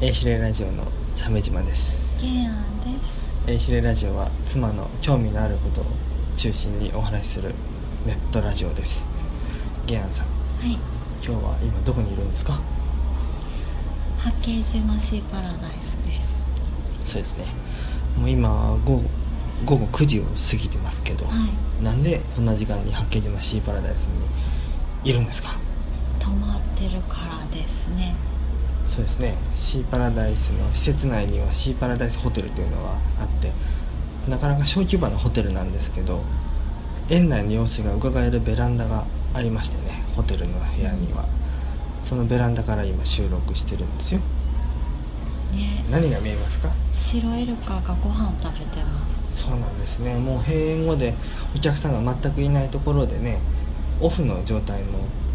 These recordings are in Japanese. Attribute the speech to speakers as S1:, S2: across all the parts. S1: えひれラジオの鮫島です
S2: ゲイアンです
S1: えひれラジオは妻の興味のあることを中心にお話しするネットラジオですゲアンさん
S2: はい
S1: 今日は今どこにいるんですか
S2: 八景島シーパラダイスです
S1: そうですねもう今午後午後9時を過ぎてますけど、
S2: はい
S1: なんでこんな時間に八景島シーパラダイスにいるんですか
S2: 泊まってるからですね
S1: そうですねシーパラダイスの施設内にはシーパラダイスホテルというのがあってなかなか小規模なホテルなんですけど園内の様子がうかがえるベランダがありましてねホテルの部屋にはそのベランダから今収録してるんですよ
S2: ね
S1: 何が見えますか
S2: 白イルカがご飯食べてます
S1: そうなんですねもう閉園後でお客さんが全くいないところでねオフの状態の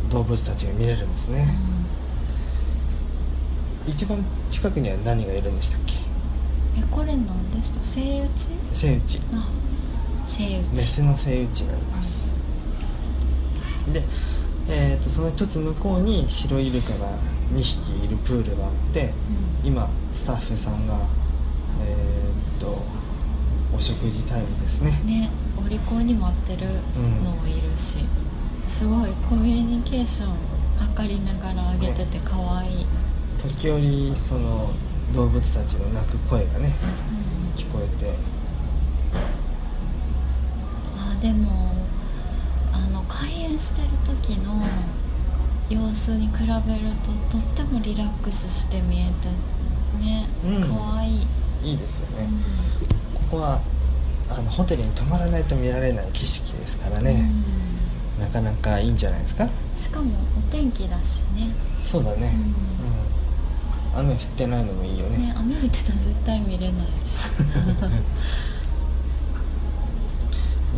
S1: 動物たちが見れるんですね、
S2: うん
S1: 一番近くには何がいるんでしたっけ
S2: えこれ何でしたセイウチ
S1: セイウチ
S2: あセイウ
S1: メス
S2: チ
S1: のセイウチがいますで、えー、とその一つ向こうに白イルカが2匹いるプールがあって
S2: うん
S1: 今スタッフさんがえっ、とお食事タイムですね
S2: ねお利口に待ってるのもいるし、すごいコミュニケーション測りながら上げてて可愛い、
S1: 時折その動物たちの鳴く声がね
S2: うん
S1: 聞こえて
S2: あでもあの開園してる時の様子に比べるととってもリラックスして見えてね
S1: うん
S2: 可愛、いい、
S1: いいですよ
S2: う
S1: ね、
S2: ん
S1: ここはあのホテルに泊まらないと見られない景色ですからね、なかなかいいんじゃないですか
S2: うんしかもお天気だしね
S1: そうだね、う
S2: う
S1: ん雨降ってないのもいいよね
S2: ね雨降ってたら絶対見れないし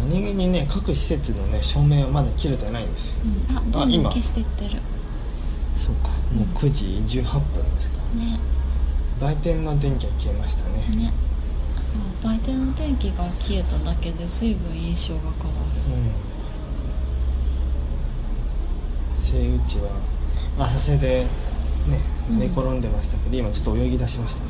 S1: 何気にね各施設のね照明はまだ切れてないんですよ
S2: うんあどんどん
S1: 今
S2: 消していってる
S1: そうかもう9時18分ですか、
S2: ね
S1: 売店の電気は消えましたね
S2: ねあ売店の天気が消えただけで随分印象が変わ
S1: うんセ
S2: る
S1: イウチは浅瀬でね
S2: うん
S1: 寝転んでましたけど、今ちょっと泳ぎ出しましたね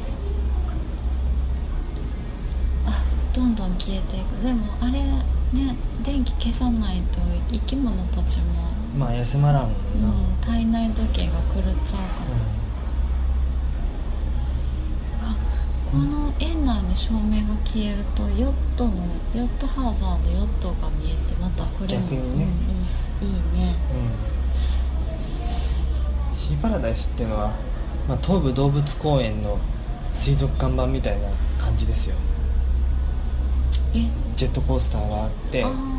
S2: あどんどん消えていくでもあれね電気消さないと生き物たちも、
S1: まあ休まらんも
S2: うん
S1: な、
S2: ん、体内時計が狂っちゃうから、あこの園内の照明が消えるとヨットのヨットハーバーのヨットが見えてまたこれも
S1: 逆にね
S2: うん、いいいいね
S1: うんシーパラダイスっていうのは、まあ、東武動物公園の水族館版みたいな感じですよ
S2: え
S1: ジェットコースターがあって
S2: あー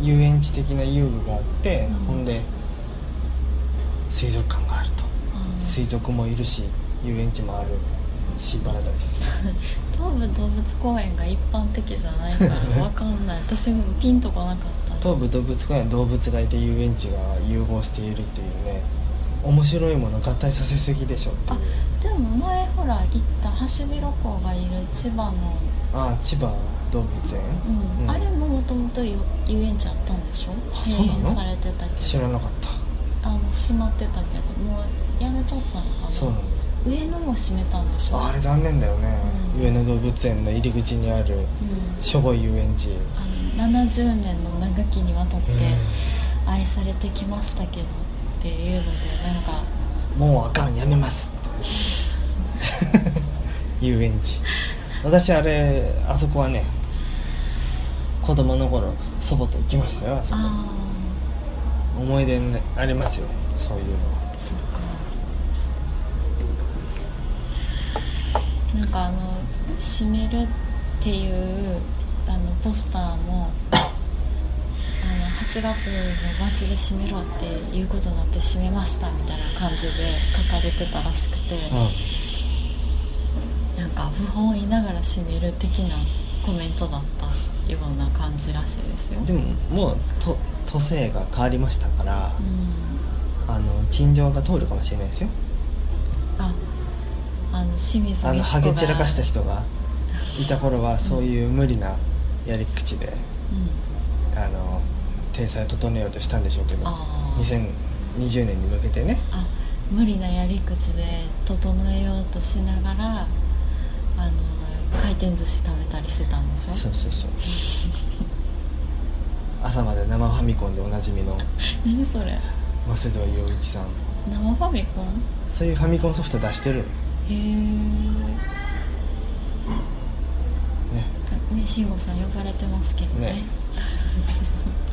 S1: 遊園地的な遊具があって、
S2: うん
S1: ほんで水族館があると
S2: あー
S1: 水族もいるし遊園地もあるシーパラダイス
S2: 東武動物公園が一般的じゃないから分か んない私もピンとこなかった
S1: 東武動物公園は動物がいて遊園地が融合しているっていうね面白いもの合体させすぎでしょっていう
S2: でも前ほら行ったハシビロコウがいる千葉の、
S1: ああ千葉動物園、
S2: うん
S1: うん
S2: あれももともと遊園地あったんでしょ
S1: あそう
S2: 閉
S1: なの
S2: 園されてたけ
S1: 知
S2: ど
S1: らなかった
S2: あの閉まってたけどもうやめちゃったのかな
S1: そうなの
S2: 上野も閉めたんでしょ
S1: ああれ残念だよね、
S2: うん
S1: 上野動物園の入り口にある
S2: うん
S1: しょぼい遊園地、
S2: あの70年の長きにわたって愛されてきましたけどっていうのでなんか
S1: もうあかんやめますって 遊園地私あれあそこはね子供の頃祖母と行きましたよあそこ
S2: あ
S1: 思い出にありますよそういうのは
S2: あそっかなんかあの「閉める」っていうあのポスター もあの8月の末で閉めろっていうことになって閉めましたみたいな感じで書かれてたらしくて、
S1: う
S2: なんか不本意ながら閉める的なコメントだったような感じらしいですよ
S1: ん、でももうと都政が変わりましたから、
S2: うん
S1: あの陳情が通るかもしれないですよ
S2: ああの清水
S1: あの
S2: ミ
S1: ハ
S2: チコ
S1: ゲ
S2: が
S1: 散らかした人がいた頃はそういう無理なやり口で
S2: うん
S1: あの体裁を整えようとしたんでしょうけど
S2: あー
S1: 2020年に向けてね
S2: あ無理なやり口で整えようとしながらあの回転寿司食べたりしてたんでしょ
S1: そうそうそう朝まで生ファミコンでおなじみの
S2: 何それ
S1: 早稲田洋一さん
S2: 生ファミコン
S1: そういうファミコンソフト出してるね
S2: へえね慎吾さん呼ばれてますけどね
S1: ね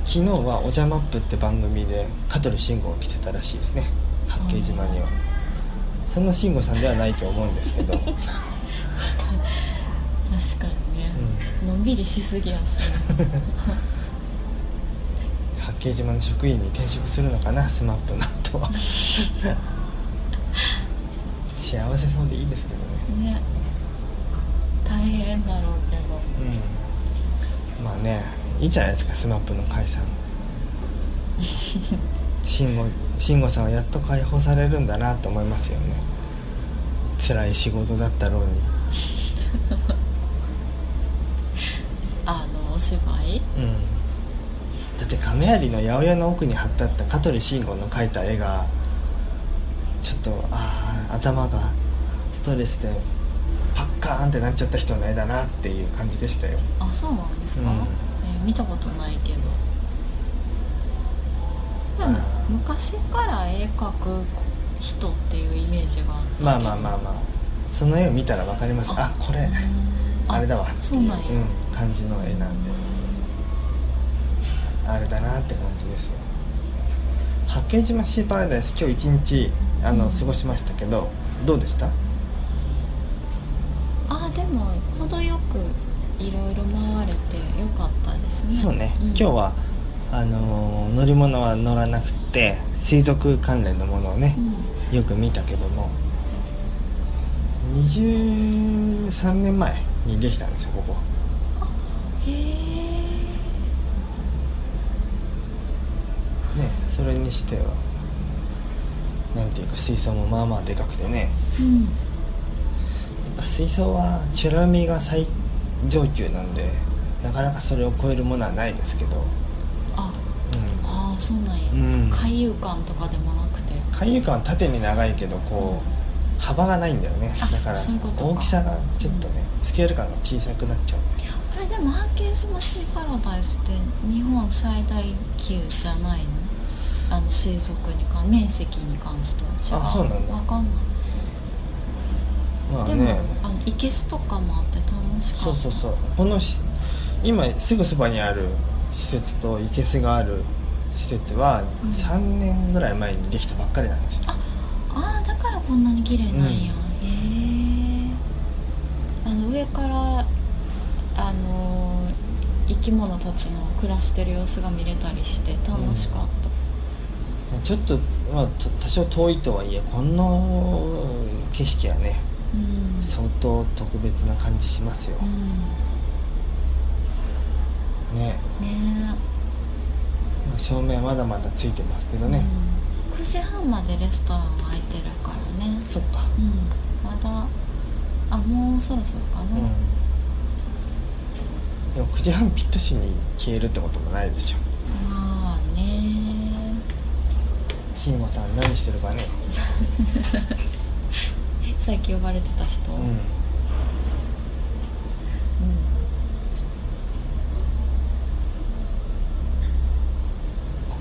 S1: 昨日は「おじゃマップ」って番組で香取慎吾が来てたらしいですね八景島にはその慎吾さんではないと思うんですけど、うん
S2: 確かにね、のんびりしすぎやし、ね、
S1: 八景島の職員に転職するのかな SMAP の後は幸せそうでいいですけどね
S2: ね大変だろうけど
S1: うんまあねいいじゃないですか SMAP の解散慎吾慎吾さんはやっと解放されるんだなと思いますよね辛い仕事だったろうに
S2: あのお芝居
S1: うんだって亀有の八百屋の奥に貼ってあった香取慎吾の描いた絵がちょっとああ頭がストレスでパッカーンってなっちゃった人の絵だなっていう感じでしたよ
S2: あそうなんですか、
S1: うん
S2: えー見たことないけどでも
S1: あ
S2: 昔から絵描く人っていうイメージがあったけど
S1: まあまあまあまあその絵を見たら分かりますあこれ
S2: うん
S1: あれだわって
S2: そ
S1: いうう
S2: なんや、
S1: うん感じの絵なんであれだなって感じですよ八景島シーパラダイス今日一日あの過ごしましたけどどうでした
S2: あでも程よくいろいろ回れてよかったですね
S1: そうね、
S2: ん
S1: 今日はあのー乗り物は乗らなくて水族関連のものをね
S2: う、ん
S1: よく見たけども23年前にできたんですよここ
S2: へえ
S1: ねそれにしてはなんていうか水槽もまあまあでかくてね
S2: う
S1: や
S2: ん
S1: っぱ水槽はチュラミが最上級なんでなかなかそれを超えるものはないですけど
S2: あああそうなんや、
S1: うん、うん、
S2: 海遊館とかでもなくて
S1: 海遊館は縦に長いけどこう幅がないんだよね
S2: あ
S1: だから
S2: そういうことか
S1: 大きさがちょっとね、スケール感が小さくなっちゃう
S2: あれでも八景島シーパラダイスって日本最大級じゃないのあの水族に関面積に関しては違う
S1: あそうなんだ
S2: わかんない
S1: まあ
S2: でも、
S1: ね
S2: あの生けすとかもあって楽しかった
S1: そうそうそうこのし今すぐそばにある施設と生けすがある施設は
S2: うん
S1: 3年ぐらい前にできたばっかりなんですよ、
S2: ああだからこんなに綺麗なんや、へえあの上からあのー生き物たちの暮らしてる様子が見れたりして楽しかった、
S1: ちょっと、まあ、と多少遠いとはいえこの景色はね
S2: うん
S1: 相当特別な感じしますよ
S2: う、ん
S1: ね
S2: ね
S1: まあ照明まだまだついてますけど
S2: え、
S1: ね、
S2: うん、9時半までレストランは開いてるからね
S1: そっか
S2: うんまだあもうそろそろかな、
S1: うんでも9時半ぴったしに消えるってこともないでしょ
S2: まあね
S1: 慎吾さん何してるかね
S2: さっき呼ばれてた人、
S1: う
S2: うん
S1: ん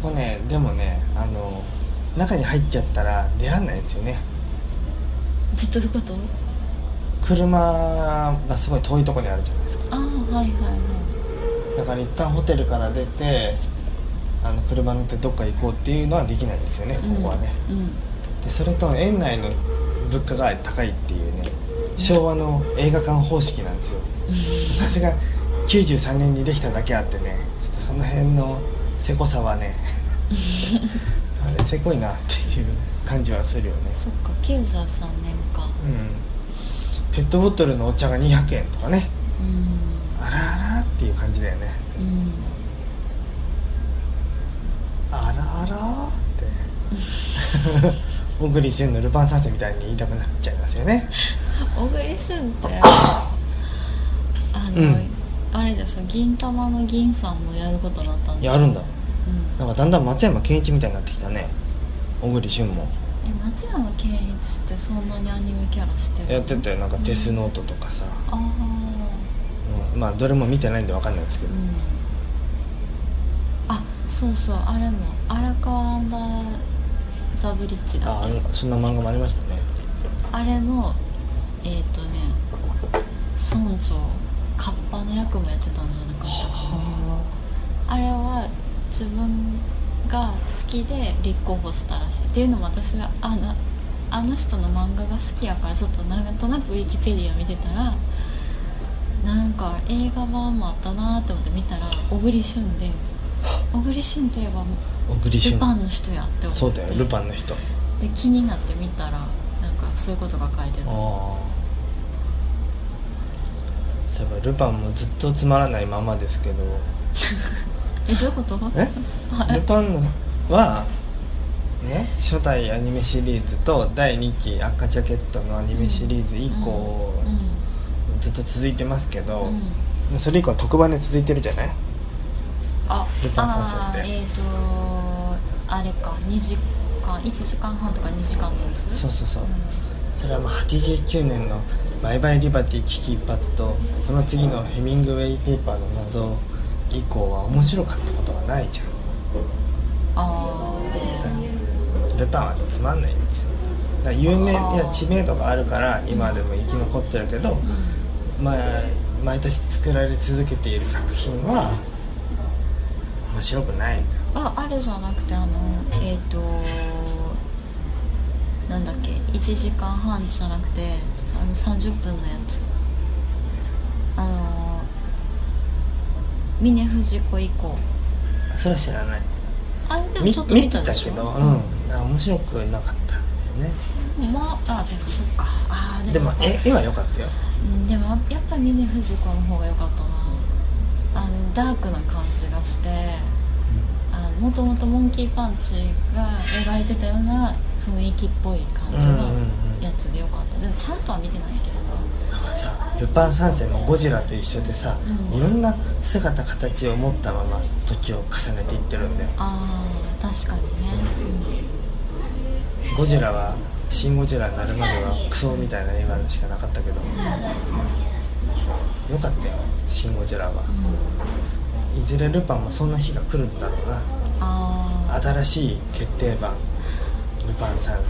S1: ここねでもねあの中に入っちゃったら出らんないんですよね
S2: どういうこと
S1: 車がすごい遠いとこにあるじゃないですか
S2: ああはいはいは
S1: だから一旦ホテルから出てあの車乗ってどっか行こうっていうのはできないんですよね
S2: いうん
S1: ここはね、
S2: うん
S1: でそれと園内の物価が高いっていうね昭和の映画館方式なんですよさすが93年にできただけあってねちょっとその辺のせこさはねあれせこいなっていう感じはするよね
S2: そっか93年か
S1: うんペットボトルのお茶が200円とかね
S2: うん
S1: あらあらっていう感じだよね
S2: うん
S1: あらあらって小栗旬のルパン三世みたいに言いたくなっちゃいますよね
S2: 小栗旬ってあの、
S1: うん
S2: あれでしょ銀玉の銀さんもやることになったん
S1: い
S2: で
S1: や
S2: す
S1: あるんだ
S2: うん
S1: なんかだんだん松山ケンイチみたいになってきたね小栗旬も
S2: え松山ケンイチってそんなにアニメキャラしてる
S1: やってたよなんか「デスノート」とかさ、
S2: あ
S1: うんまあどれも見てないんで分かんないですけ
S2: あう
S1: ど、
S2: んあそうそうあれも荒川アンダーザブリッジだ
S1: あ
S2: っ
S1: あ
S2: け
S1: のそんな漫画もありましたね
S2: あれのえっ、ー、とね村長カッパの役もやってたんじゃなかったか
S1: は
S2: なあれは自分が好きで立候補したらしいっていうのも私はあのあの人の漫画が好きやからちょっとなんとなくウィキペディア見てたらなんか映画版もあったなーって思って見たら小栗旬 で小栗旬といえば
S1: あ小栗
S2: ル
S1: 旬
S2: パンの人やって思って
S1: そうだよルパンの人あ
S2: で気になって見たらなんかそういうことが書いてた
S1: あそういえばルパンもずっとつまらないままですけど
S2: えどういうこと
S1: え
S2: はい
S1: ルパンはね初代アニメシリーズと第2期赤ジャケットのアニメシリーズ以降、
S2: うん
S1: ずっと続いてますけど、
S2: うんうん
S1: それ以降は特番で続いてるじゃない
S2: あ
S1: ルパン三世
S2: あ
S1: って
S2: ーえっ、とあれか2時間1時間半とか2時間のやつ
S1: そう
S2: う
S1: そうそう、
S2: ん
S1: それはまあ89年の「バイバイリバティ危機一髪」とその次のヘミングウェイペーパーの謎以降は面白かったことがないじゃ
S2: あ
S1: んルパンはつまんないんですよだから有名いや知名度があるから今でも生き残ってるけど、まあ、毎年作られ続けている作品は面白くないんだよ
S2: ーああれじゃなくてあのえっ、となんだっけ1時間半じゃなくてあの30分のやつあの峰藤子以降
S1: それは知らない
S2: あれでも
S1: み
S2: ちょっと
S1: 見
S2: 見
S1: て
S2: たで
S1: た
S2: し
S1: け
S2: ょ
S1: ど、うん、あ面白くなかったんだよね
S2: まああでもそっかあー
S1: で
S2: でも
S1: も絵絵は良かったよ
S2: うんでもやっぱ峰不二子の方が良かったなあのダークな感じがしてあのもともとモンキーパンチが描いてたような雰囲気っぽい感じ
S1: うんうんうん
S2: のやつで良かったでもちゃんとは見てないけど
S1: だからさ「ルパン三世」もゴジラと一緒でさ、
S2: うん
S1: いろんな姿形を持ったまま時を重ねていってるんで
S2: ああ確かにね、
S1: ゴジラは「シン・ゴジラ」になるまではクソみたいな映画しかなかったけどよかったよ「シン・ゴジラは」
S2: うんうん、
S1: いずれルパンもそんな日が来るんだろう
S2: あ
S1: な
S2: ー
S1: 新しい決定版「ルパン三世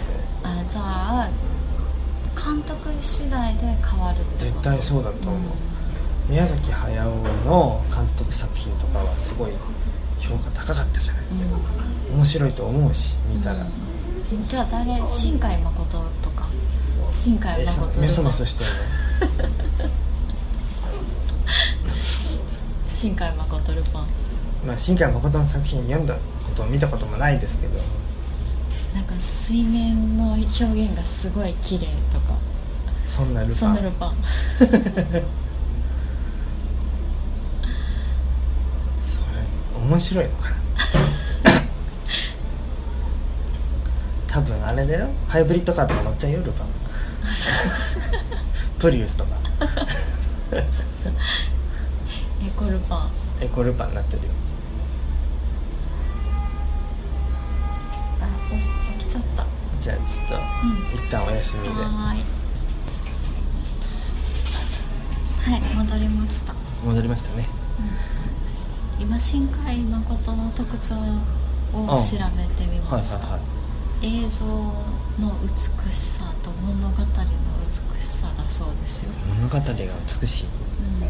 S2: あじゃあ監督次第で変わるってこ」と
S1: 絶対そうだと思う、宮崎駿の監督作品とかはすごい評価高かったじゃないですか、面白いと思うし見たら、
S2: うんじゃあ誰新海誠とか新海
S1: えそ
S2: 誠
S1: メソメソ
S2: とか
S1: してる
S2: 新海誠ルパン
S1: の、まあ、新海誠の作品読んだこと見たこともないですけど
S2: なんか水面の表現がすごい綺麗とか
S1: そんなルパン
S2: そんなルパン
S1: それ面白いのか な多分あれだよハイブリッドカーとか乗っちゃうよル パンプリウスとか
S2: エコルパン
S1: エコルパンになってるよ
S2: あお起きちゃった
S1: じゃあちょっと、一旦お休みで
S2: はーいはい戻りました
S1: 戻りましたね
S2: 今新海誠の特徴を調べてみました、映像の美しさと物語の美しさだそうですよ
S1: い物語が美しい
S2: うん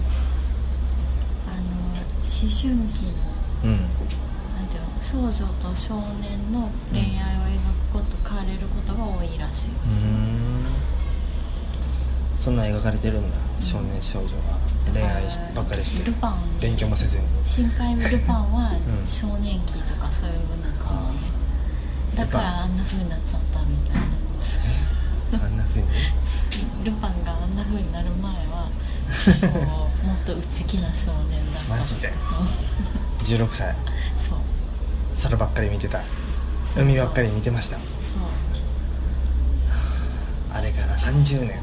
S2: あの思春期の
S1: うん
S2: なんていうの少女と少年の恋愛を描くこと変われることが多いらしいですよ、
S1: そんな描かれてるんだ少年少女が恋愛しばっかりして
S2: ルパンに
S1: 勉強もせずに
S2: 深海ルパンは
S1: うん
S2: 少年期とかそういうなんかもね、
S1: あー
S2: だからあんな風になっちゃったみたいな
S1: あんな風に
S2: ルパンがあんな風になる前はこうもっと内気な少年だった
S1: マジで
S2: うん
S1: 16歳
S2: そう
S1: 空ばっかり見てた
S2: そうそう
S1: 海ばっかり見てました
S2: そう
S1: あれから30年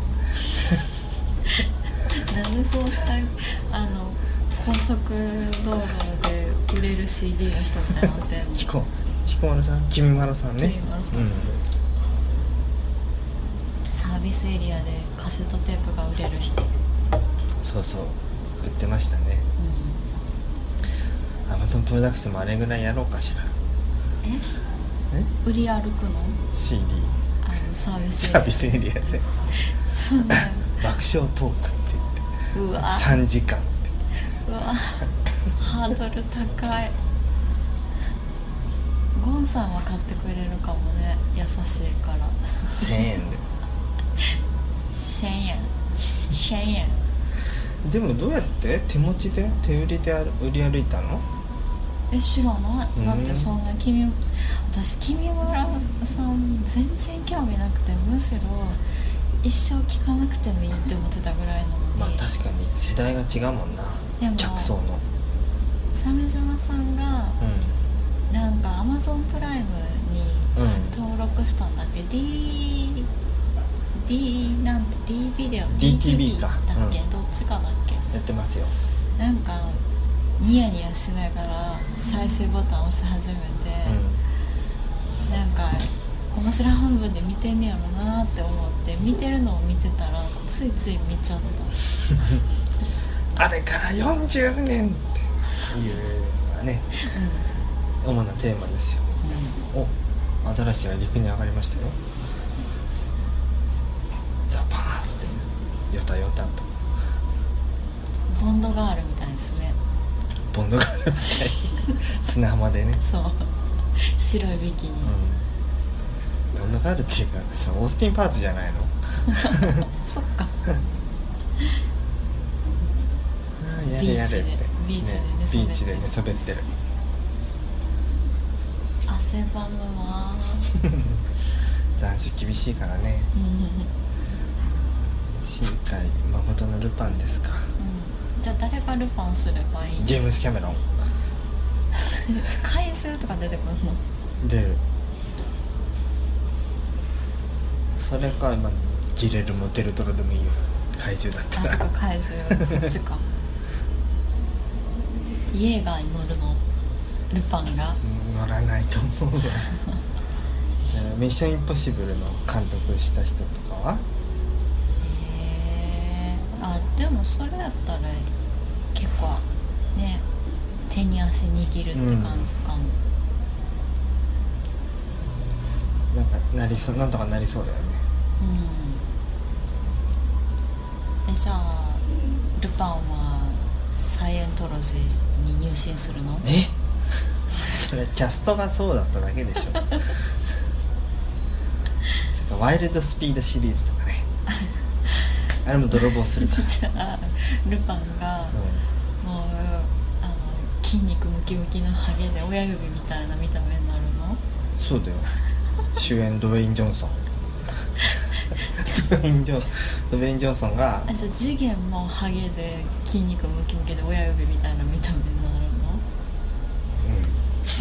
S2: なんでそんなあの高速道路で売れる CD の人みたいになってんの
S1: 彦彦丸さん君丸さんね
S2: 君丸さん
S1: うん
S2: ビスエリアでカセットテープが売れる人うん
S1: そうそう売ってましたね Amazon プロダクツもあれぐらいやろうかしら
S2: え
S1: え
S2: 売り歩くの
S1: CD
S2: あのサービスエ
S1: サービスエリ
S2: リア
S1: アで
S2: そうだよ
S1: 「爆笑トーク」って言って
S2: う わ
S1: 3時間って
S2: うわハードル高いゴンさんは買ってくれるかもね優しいか
S1: 1000
S2: ら
S1: 円で
S2: 1000円1000円
S1: でもどうやって手持ちで手売りである売り歩いたの
S2: え知らない、
S1: うん
S2: だってそんな君私君村さん全然興味なくてむしろ一生聞かなくてもいいって思ってたぐらいなのに、
S1: まあ確かに世代が違うもんな
S2: でも
S1: 客層の
S2: 鮫島さんが
S1: う
S2: なんかアマゾンプライム
S1: うん
S2: に登録したんだっけ、D D なんて D ビデオ
S1: DTV か
S2: だっけ、
S1: うん
S2: どっちかだっ
S1: んやってますよ
S2: けなんかニヤニヤしながら再生ボタン押し始めて、
S1: う
S2: なんか面白半分で見てんねやろなって思って見てるのを見てたらついつい見ちゃった
S1: んあれから40年っていうのがね
S2: うん、うん、
S1: 主なテーマですよおアザラシが陸に上がりましたよザパーってヨタヨタと
S2: ボンドガールみたいですね
S1: ボンドがあるみたい砂浜でね、
S2: そう白いビキニ、
S1: うん、ボンドがあるっていうかそのオースティン・パーツじゃないの
S2: そっか
S1: あーやれやれって
S2: ビーチで
S1: ねビーチで
S2: 寝
S1: 寝
S2: そ
S1: そ
S2: べ
S1: べ
S2: っ
S1: ってる
S2: 汗ばむわ
S1: 残暑厳しいからね
S2: うん、うん、
S1: 深海誠のルパンですか
S2: じゃあ誰がルパンすればいいん
S1: ジェーム
S2: です
S1: ス・キャメロン
S2: か怪獣とか出てくるの
S1: 出るそれか、まあ、ギレルもデルトロでもいいよ怪獣だった
S2: あそ
S1: ら
S2: こ 怪獣そっちかイエーガーに乗るのルパンが
S1: うん乗らないと思うわ じゃあミッション・インポッシブル」の監督した人とかは
S2: へえあでもそれやったら結構ね手に汗握るって感じかも、
S1: なんかなりそうなんとかなりそうだよね
S2: うんえじゃあルパンはサイエントロジーに入信するの
S1: え それキャストがそうだっただけで しょそれからワイルドスピードシリーズとかねあれも泥棒するから、
S2: じゃあルパンが
S1: う
S2: もうあの筋肉ムキムキのハゲで親指みたいな見た目になるの
S1: ん、そうだよ主演ドウェイン・ジョンソンドウェイン・ジョンドウェイン・ジョンソンが
S2: あじゃあ次元もハゲで筋肉ムキムキで親指みたいな見た目になるの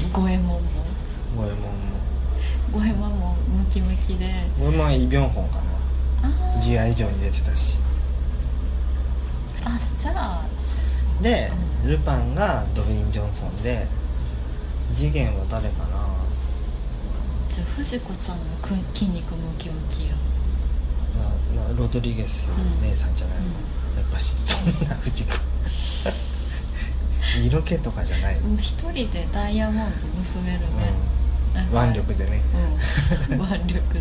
S1: うん
S2: 五右衛門も
S1: ゴエモンも
S2: 五右衛門もムキムキで
S1: ゴエモンはイ・ビョンホンか
S2: あ
S1: な GI 以上に出てたし
S2: ーあじゃあ
S1: でルパンがドウェイン・ジョンソンで次元は誰かな
S2: じゃあ藤子ちゃんもく筋肉ムキムキや
S1: ななロドリゲス姉さんじゃないの、やっぱしそんな藤子 色気とかじゃない、うん
S2: もう一人でダイヤモンド結べるね、なんか
S1: 腕力でね
S2: うん腕力で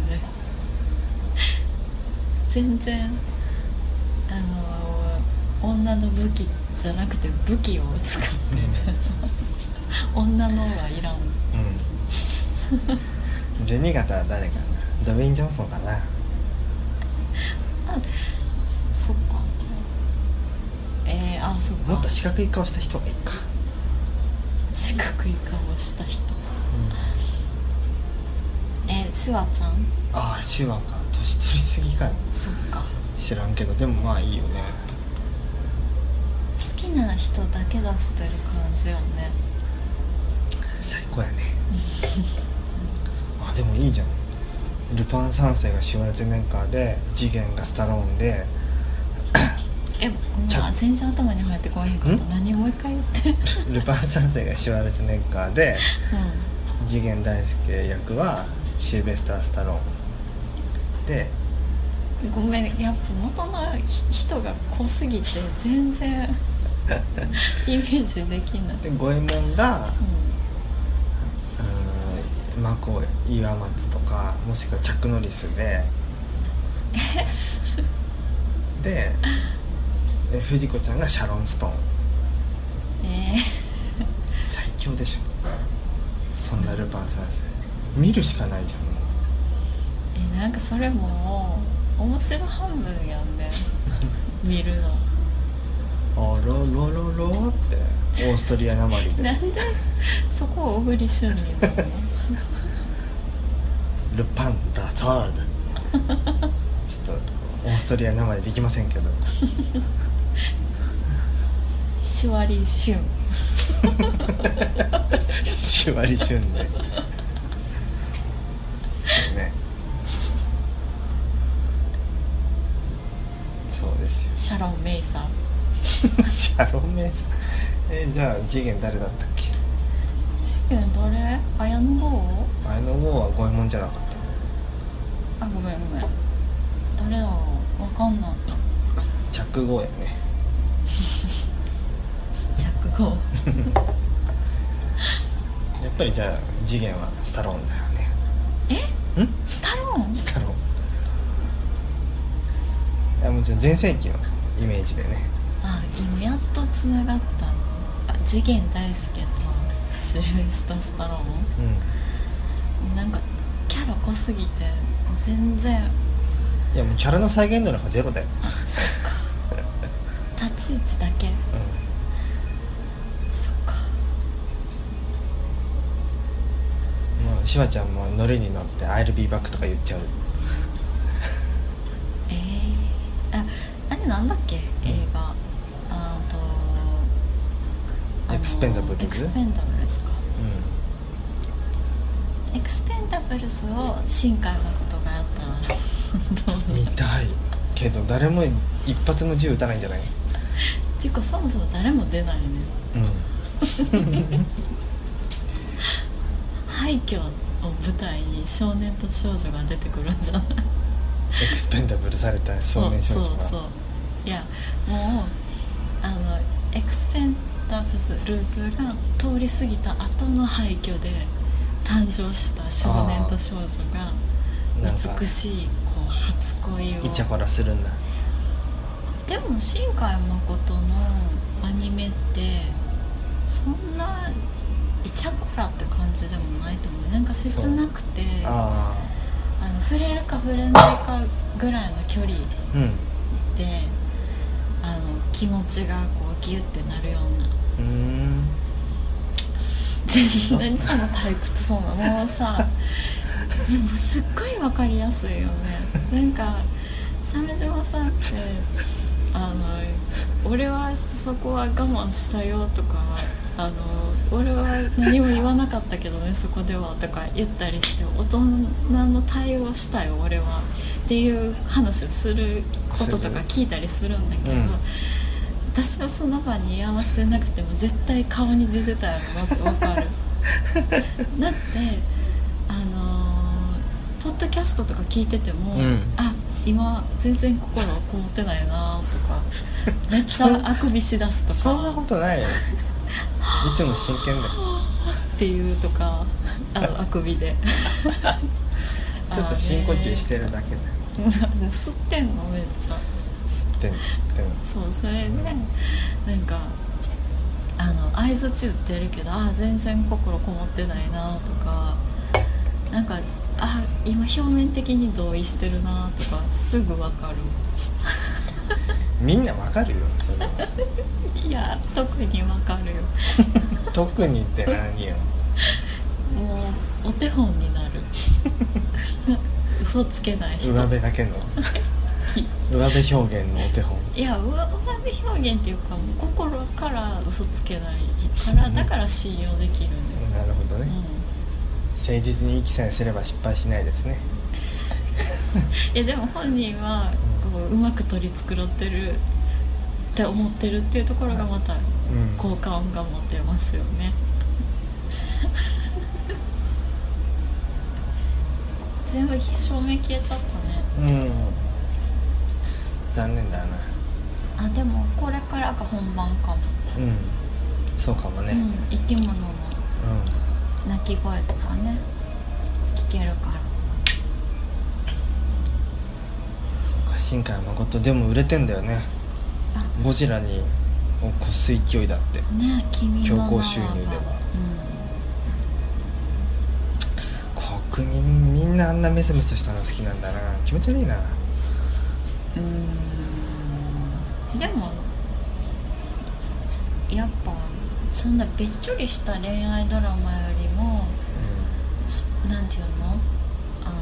S2: 全然あの女の武器じゃなくて武器を使って女のはいらん
S1: うん銭形は誰かなドウェイン・ジョンソンかな
S2: そっかえー、あそっか
S1: もっと四角い顔した人がいいか、
S2: 四角い顔した人えシュワちゃん
S1: ああ手話か年取りすぎか
S2: そっか
S1: 知らんけどでもまあいいよね
S2: 好きな人だけ出してる感じよね
S1: 最高やねあでもいいじゃんルパン三世がシュワルツェネッガーで次元がスタローンで
S2: えごめん
S1: ちゃ
S2: 全然頭に入ってこへんかった
S1: ん
S2: 何もう一回言って、うん、
S1: ルパン三世がシュワルツェネッガーで次元大輔役はシルベスター・スタローンで
S2: ごめんやっぱ元の人が濃すぎて全 然イメージできない、
S1: で五右衛門が
S2: う
S1: うーんマコ岩松とかもしくはチャック・ノリスででえ藤子ちゃんがシャロン・ストーン
S2: ん、え
S1: 最強でしょそんなルパン三世見るしかないじゃんも
S2: ーえなんかそれも面白半分や んね見るの
S1: うあロロロロってオーストリアなまり
S2: な
S1: で
S2: んでそこを小栗旬になるの
S1: ルパン・ダ・タールちょっとオーストリアなまりできませんけど
S2: シュワリ旬
S1: シュワリシュンでそうねそうですよ
S2: シャロン・メイさん
S1: シャロメさんえじゃあ次元誰だったっけ
S2: 次元誰綾野剛
S1: あれの王は五右衛門じゃなかった
S2: あごめんごめん誰だろうわかんない
S1: チャック号やね
S2: 着後
S1: やっぱりじゃあ次元はスタローンだよねえん
S2: スタローン
S1: スタローンいやもうちろん全盛期のイメージでね
S2: あ今やっとつながったのあ次元大介とシルベスタ・スタロー
S1: うん
S2: ンなんかキャラ濃すぎて全然
S1: いやもうキャラの再現度なんかゼロだよ、
S2: あそっか 立ち位置だけ
S1: うん
S2: そっか
S1: もうシュワちゃんも乗れに乗って「I'll be back」とか言っちゃう
S2: えー、ああれなんだっけ映画あーとあの
S1: エクスペンダブルズ
S2: エクスペンダブルズか
S1: う
S2: エクスペンダブルズを新海誠がやったらどうん
S1: 見たいけど誰も一発も銃撃たないんじゃない
S2: っていうかそもそも誰も出ないね
S1: うん
S2: 廃墟を舞台に少年と少女が出てくるんじゃない
S1: エクスペンダブルされた少年少
S2: そう
S1: 女が
S2: そういやもうあのエクスペンダブルズが通り過ぎた後の廃墟で誕生した少年と少女が
S1: なんか
S2: 美しいこう初恋
S1: イ
S2: を
S1: チャコラするんだ
S2: でも新海誠のアニメってそんなイチャコラって感じでもないと思うなんか切なくてあ
S1: あ
S2: の触れるか触れないかぐらいの距離
S1: あうん
S2: であの気持ちがこうギュッてなるような
S1: うーん
S2: 全然その退屈そうなもうさでもすっごい分かりやすいよねなんか鮫島さんってあの俺はそこは我慢したよとかあの俺は何も言わなかったけどねそこではとか言ったりして大人の対応したよ俺はっていう話をすることとか聞いたりするんだけど、
S1: うん
S2: 私はその場に居合わせなくても絶対顔に出てたやろなって分 かるだってあのーポッドキャストとか聞いてても、
S1: うん
S2: あ今全然心はこもってないな とかめっちゃあくびしだすと
S1: そんな
S2: か
S1: こと ないよいつも真剣だよ
S2: っていうとかあのあくびで
S1: ちょっと深呼吸してるだけだよ
S2: あーねーもう吸ってんのめっちゃ
S1: 吸ってんの吸ってんの
S2: そうそれでなんかあの相づち打ってるけどあ全然心こもってないなとかなんかあ今表面的に同意してるなとかすぐ分かる
S1: みんなわかるよそれはい
S2: や特に分かるよ
S1: 特にって何よ
S2: もうお手本になる嘘つけない人
S1: 上辺だけの上辺表現のお手本
S2: いや上上辺表現っていうかもう心から嘘つけないからだから信用できるのよ、
S1: なるほど
S2: う
S1: ね、
S2: ん
S1: 誠実に生きさえすれば失敗しないですね
S2: いやでも本人はこううまく取り繕ってるって思ってるっていうところがまた
S1: うん
S2: 好感が持てますよね 全部照明消えちゃった
S1: う
S2: ね
S1: ん残念だな
S2: あでもこれからが本番かも、
S1: うんそうかもね
S2: う
S1: うん、
S2: ん、生き物の鳴き声とかね聞けるから
S1: そうか新海誠でも売れてんだよね
S2: あ
S1: ゴジラにを越す勢いだって
S2: ね君の名は
S1: 強行収入では
S2: う
S1: 国民みんなあんなメソメソしたの好きなんだな気持ち悪いなん
S2: うんでもやっぱそんなべっちょりした恋愛ドラマよりも
S1: う
S2: すなんていうのあの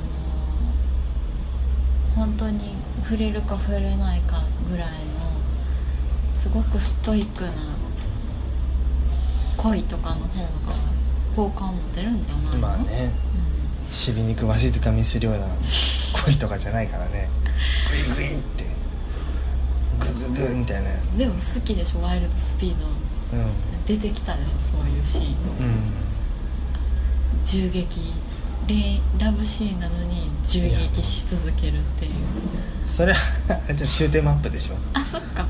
S2: 本当に触れるか触れないかぐらいのすごくストイックな恋とかの方が好感持てるんじゃないの
S1: んまあね
S2: うん
S1: 尻肉わしづかみするような恋とかじゃないからねグイグイってグググみたいな
S2: でも好きでしょワイルドスピード
S1: うん
S2: 出てきたでしょそういうシーン
S1: うん
S2: 銃撃恋ラブシーンなのに銃撃し続けるっていう
S1: それはあれで終点マップでしょ、
S2: あそっか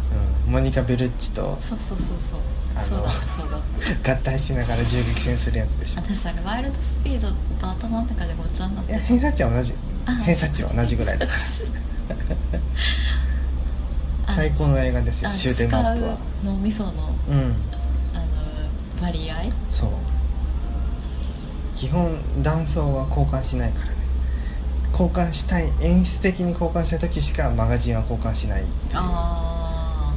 S1: うん、モニカ・ベルッチと
S2: そうそうそうそう
S1: あの
S2: そうだったそうだった
S1: 合体しながら銃撃戦するやつでしょ
S2: 私あれワイルドスピードと頭の中でごっちゃになっ
S1: い
S2: て
S1: や
S2: る
S1: 偏差値は同じ
S2: あ
S1: 偏差値は同じぐらい だから最高の映画ですよ
S2: あ
S1: 終点マップは
S2: 使う脳みその
S1: うん
S2: あの割合
S1: そう基本断層は交換しないからね交換したい演出的に交換した時しかマガジンは交換しないっていう
S2: あ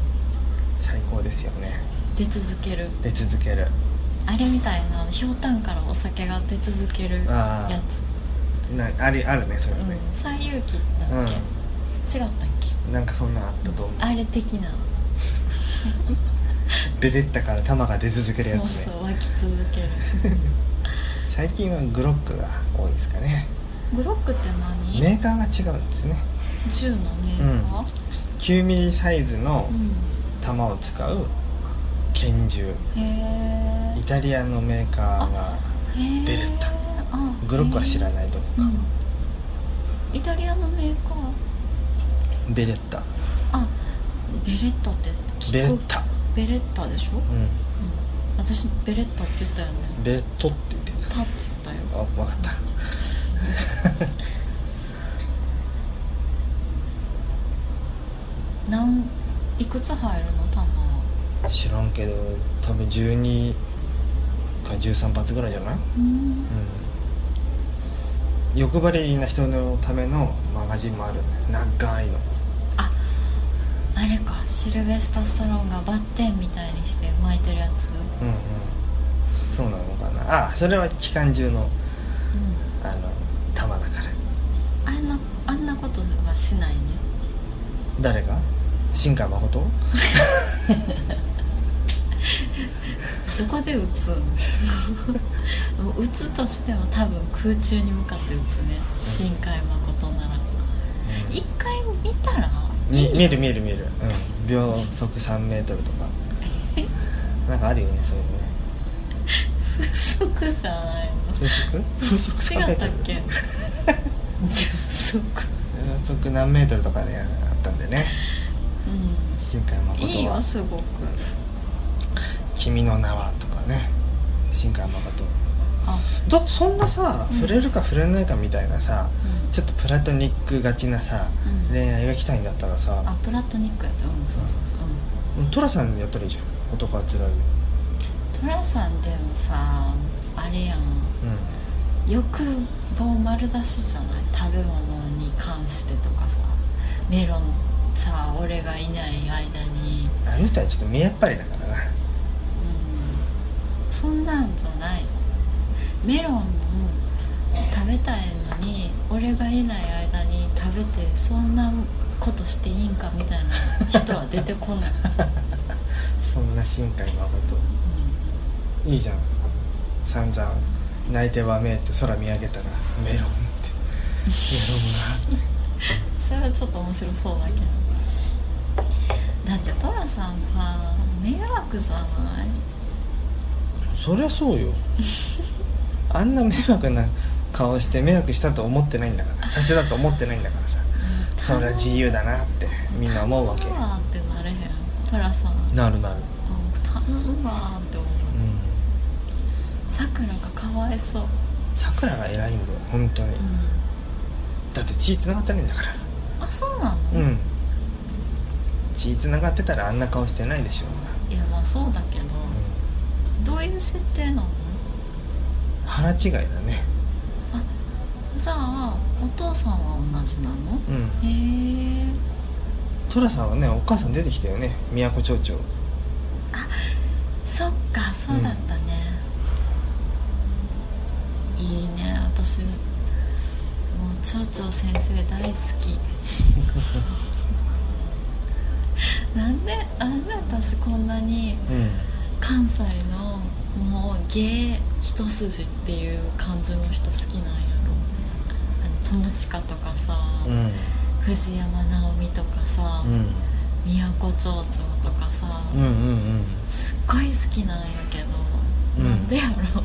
S1: 最高ですよね
S2: ー出続ける
S1: 出続ける
S2: あれみたいなひょうたんからお酒が出続ける
S1: あー
S2: やつ、
S1: なありあるねそれ
S2: う
S1: ね
S2: ん、西遊記だっけ、
S1: う
S2: 違ったっけ
S1: んなんかそんなんあったと思う
S2: あれ的な
S1: ベレッタから弾が出続けるやつ
S2: そう
S1: ね
S2: そう湧き続ける
S1: 最近はグロックが多いですかね
S2: グロックって何、
S1: メーカーが違うんですね
S2: 銃のメーカー、
S1: 9ミリサイズの
S2: うん
S1: 弾を使う拳銃
S2: へ
S1: イタリアのメーカーが
S2: えへえ
S1: ベレッタ
S2: あ
S1: グロックは知ら
S2: い、
S1: ないどこ
S2: う
S1: か
S2: ん、イタリアのメーカー
S1: ベレッタ
S2: あベレッタって聞く
S1: ベレッタ
S2: ベレッタでしょ、
S1: う
S2: うん私ベレッタって言ったよね
S1: ベレットって言って
S2: タって言ったよ
S1: たあ分かった
S2: なんいくつ入るの弾は
S1: 知らんけど多分12か13発ぐらいじゃない、うん
S2: うん、
S1: 欲張りな人のためのマガジンもある長いの
S2: あれかシルベスタ・ストローンがバッテンみたいにして巻いてるやつ
S1: うんうんそうなのかなあそれは機関銃の
S2: うん
S1: あの弾だから
S2: あんなあんなことはしないね
S1: 誰が新海誠
S2: どこで撃つ んもう撃つとしても多分空中に向かって撃つね深海誠なら一回見たらい
S1: み
S2: い
S1: 見る見る見る、うん、秒速3メートルと かなんかあるよねそういうのね
S2: 不足じゃないの
S1: 風速風速3メ ー
S2: 違っ
S1: ト
S2: たっ
S1: ル
S2: け不足
S1: 風速何メートルとかであったんでね
S2: う
S1: 新海誠
S2: んいい
S1: は
S2: よすごく
S1: 「君の名は」とかね新海誠
S2: あ
S1: だってそんなさ、
S2: うん
S1: 触れるか触れないかみたいなさ
S2: うん
S1: ちょっとプラトニックがちなさ、
S2: うん
S1: 恋愛が来たいんだったら
S2: あ
S1: さ
S2: プラトニックやったうんそうそうそう、うん、
S1: 寅さんやったらいいじゃん男はつらいよ
S2: トラさんでもさあれやん
S1: う
S2: 欲望丸出しじゃない食べ物に関してとかさメロンさ俺がいない間に
S1: んあの人はちょっと見えっぱりだからな
S2: うんそんなんじゃないメロンを食べたいのに俺がいない間に食べてそんなことしていいんかみたいな人は出てこ ない、
S1: そんな新海誠
S2: う
S1: いいじゃん散々泣いてわめいて空見上げたら メロンってメロンが
S2: ん、それはちょっと面白そうだけどだってトラさんさ迷惑じゃない
S1: そりゃそうよあんな迷惑な顔して迷惑したと思ってないんだからさせたと思ってないんだからさそれは自由だなってみんな思うわけ
S2: うわーってなれへんプラさん
S1: なるなる
S2: うん頼むわーって思う
S1: うん
S2: さくらがかわいそう
S1: さくらが偉いんだよ本当に、
S2: うん
S1: だって血繋がってないんだから
S2: あそうなの
S1: うん血繋がってたらあんな顔してないでしょ
S2: いやまあそうだけど
S1: うが、
S2: どういう設定なの
S1: うん、腹違いだね
S2: じゃあお父さんは同じなの
S1: うん
S2: へえ
S1: 寅さんはねお母さん出てきたよね都町長
S2: そっかそうだったね、いいね私もう町長先生大好 きなんでなんで私こんなに
S1: うん
S2: 関西のもう芸一筋っていう感じの人好きなんやろあの友近とかさ、
S1: うん
S2: 藤山直美とかさ、
S1: うん
S2: 都町長とかさ、
S1: うんうん
S2: すっごい好きなんやけど、
S1: うん
S2: なんでやろ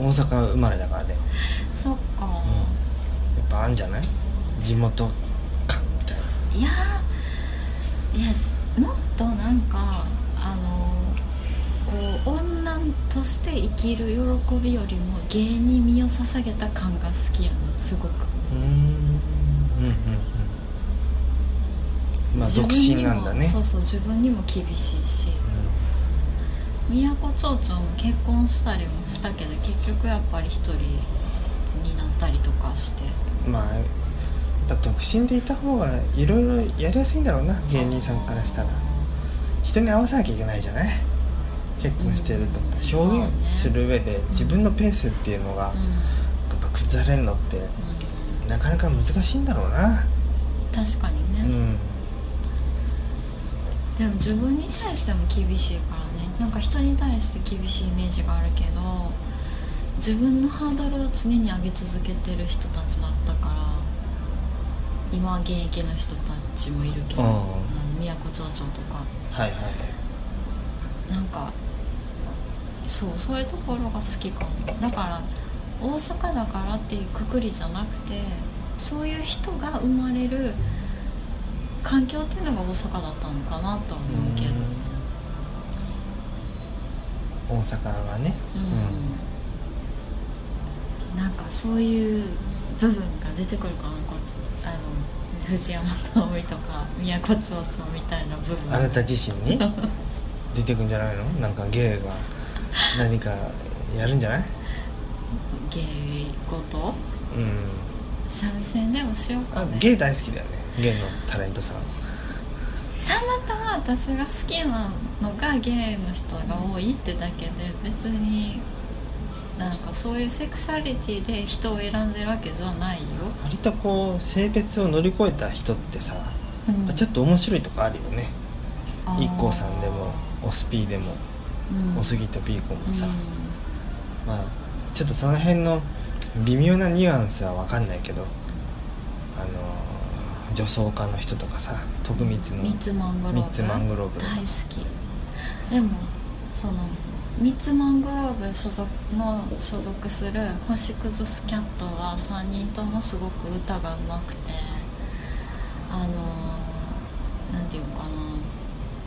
S1: うん大阪生まれだからね
S2: そっか、
S1: やっぱあんじゃない地元感みたいない
S2: やーいやもっとなんかあのこう女として生きる喜びよりも芸に身を捧げた感が好きやなすごく、
S1: うーんうんうんうんまあ独身なんだね
S2: 自分にもそうそう自分にも厳しいし
S1: う
S2: 都町長も結婚したりもしたけど結局やっぱり一人になったりとかして
S1: んまあやっぱ独身でいた方がいろいろやりやすいんだろうな芸人さんからしたら人に合わせなきゃいけないじゃない結婚してると
S2: うん
S1: 表現する上で自分のペースっていうのがや
S2: うん、
S1: っぱ崩れるのって
S2: うん
S1: なかなか難しいんだろうな
S2: 確かにね、
S1: うん
S2: でも自分に対しても厳しいからねなんか人に対して厳しいイメージがあるけど自分のハードルを常に上げ続けてる人たちだったから今は現役の人たちもいるけど、
S1: うん
S2: うん、宮古町長とか
S1: はいはい
S2: なんかそうそういうところが好きかもだから大阪だからっていうくくりじゃなくてそういう人が生まれる環境っていうのが大阪だったのかなとは思うけど。
S1: うん大阪がね
S2: うんなんかそういう部分が出てくるかなこうあの藤山直美とか宮古町長みたいな部分
S1: あなた自身に出てくんじゃないのなんか芸が何かやるんじゃない
S2: 芸事
S1: うん
S2: 三味線でもしようか
S1: あ
S2: ね
S1: 芸大好きだよね芸のタレントさん
S2: たまたま私が好きなのが芸の人が多いってだけで別になんかそういうセクシャリティで人を選んでるわけじゃないよ、
S1: 割とこう性別を乗り越えた人ってさ、
S2: うん
S1: ちょっと面白いとこあるよね
S2: あー
S1: IKKO さんでもオスピーでも、
S2: うん
S1: おすぎとピーコもさ、
S2: うん
S1: まあちょっとその辺の微妙なニュアンスは分かんないけどあの女装家の人とかさ徳光の
S2: ミツマングローブ
S1: ミツマングローブ
S2: 大好きでもそのミツマングローブ所属の所属する星屑スキャットは3人ともすごく歌がうまくてあのなんていうのかな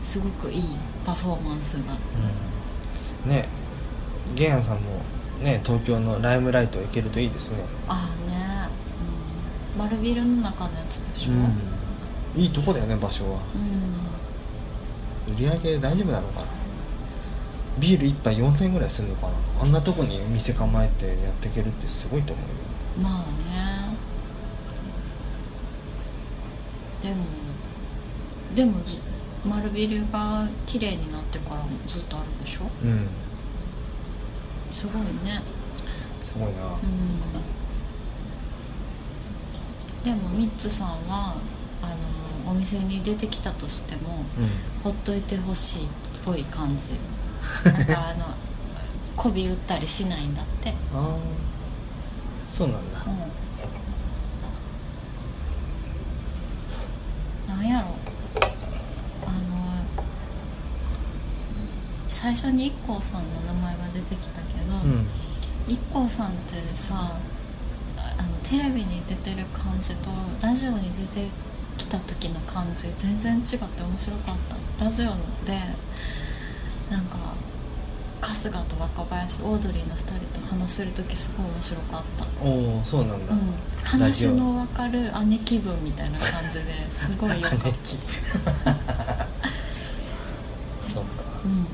S2: すごくいいパフォーマンスが
S1: うんねゲンアンさんもね東京のライムライト行けるといいですね
S2: ああね、うん、丸ビルの中のやつでしょ、
S1: うんいいとこだよね場所は
S2: うん
S1: 売り上げ大丈夫だろうかなビール1杯4000円ぐらいするのかなあんなとこに店構えてやっていけるってすごいと思うよ
S2: まあねでもでもず丸ビルが綺麗になってからもずっとあるでしょ
S1: うん
S2: すごいね
S1: すごいな
S2: うんでもミッツさんはあのお店に出てきたとしても
S1: う
S2: ほっといてほしいっぽい感じなんかあの 媚び売ったりしないんだって
S1: んああそうなんだ
S2: なんやろあの最初に IKKO さんの名前が出てきたけ
S1: う
S2: ど
S1: ん
S2: IKKO、さんってさあのテレビに出てる感じとラジオに出て来た時の感じ全然違って面白かったラジオでなんか春日と若林オードリーの2人と話せる時すごい面白かった
S1: おおそうなんだ、
S2: うん、
S1: ラジ
S2: 話
S1: オ
S2: の分かる姉気分みたいな感じですごいよかっ
S1: 姉
S2: た、
S1: 貴そうか
S2: うん、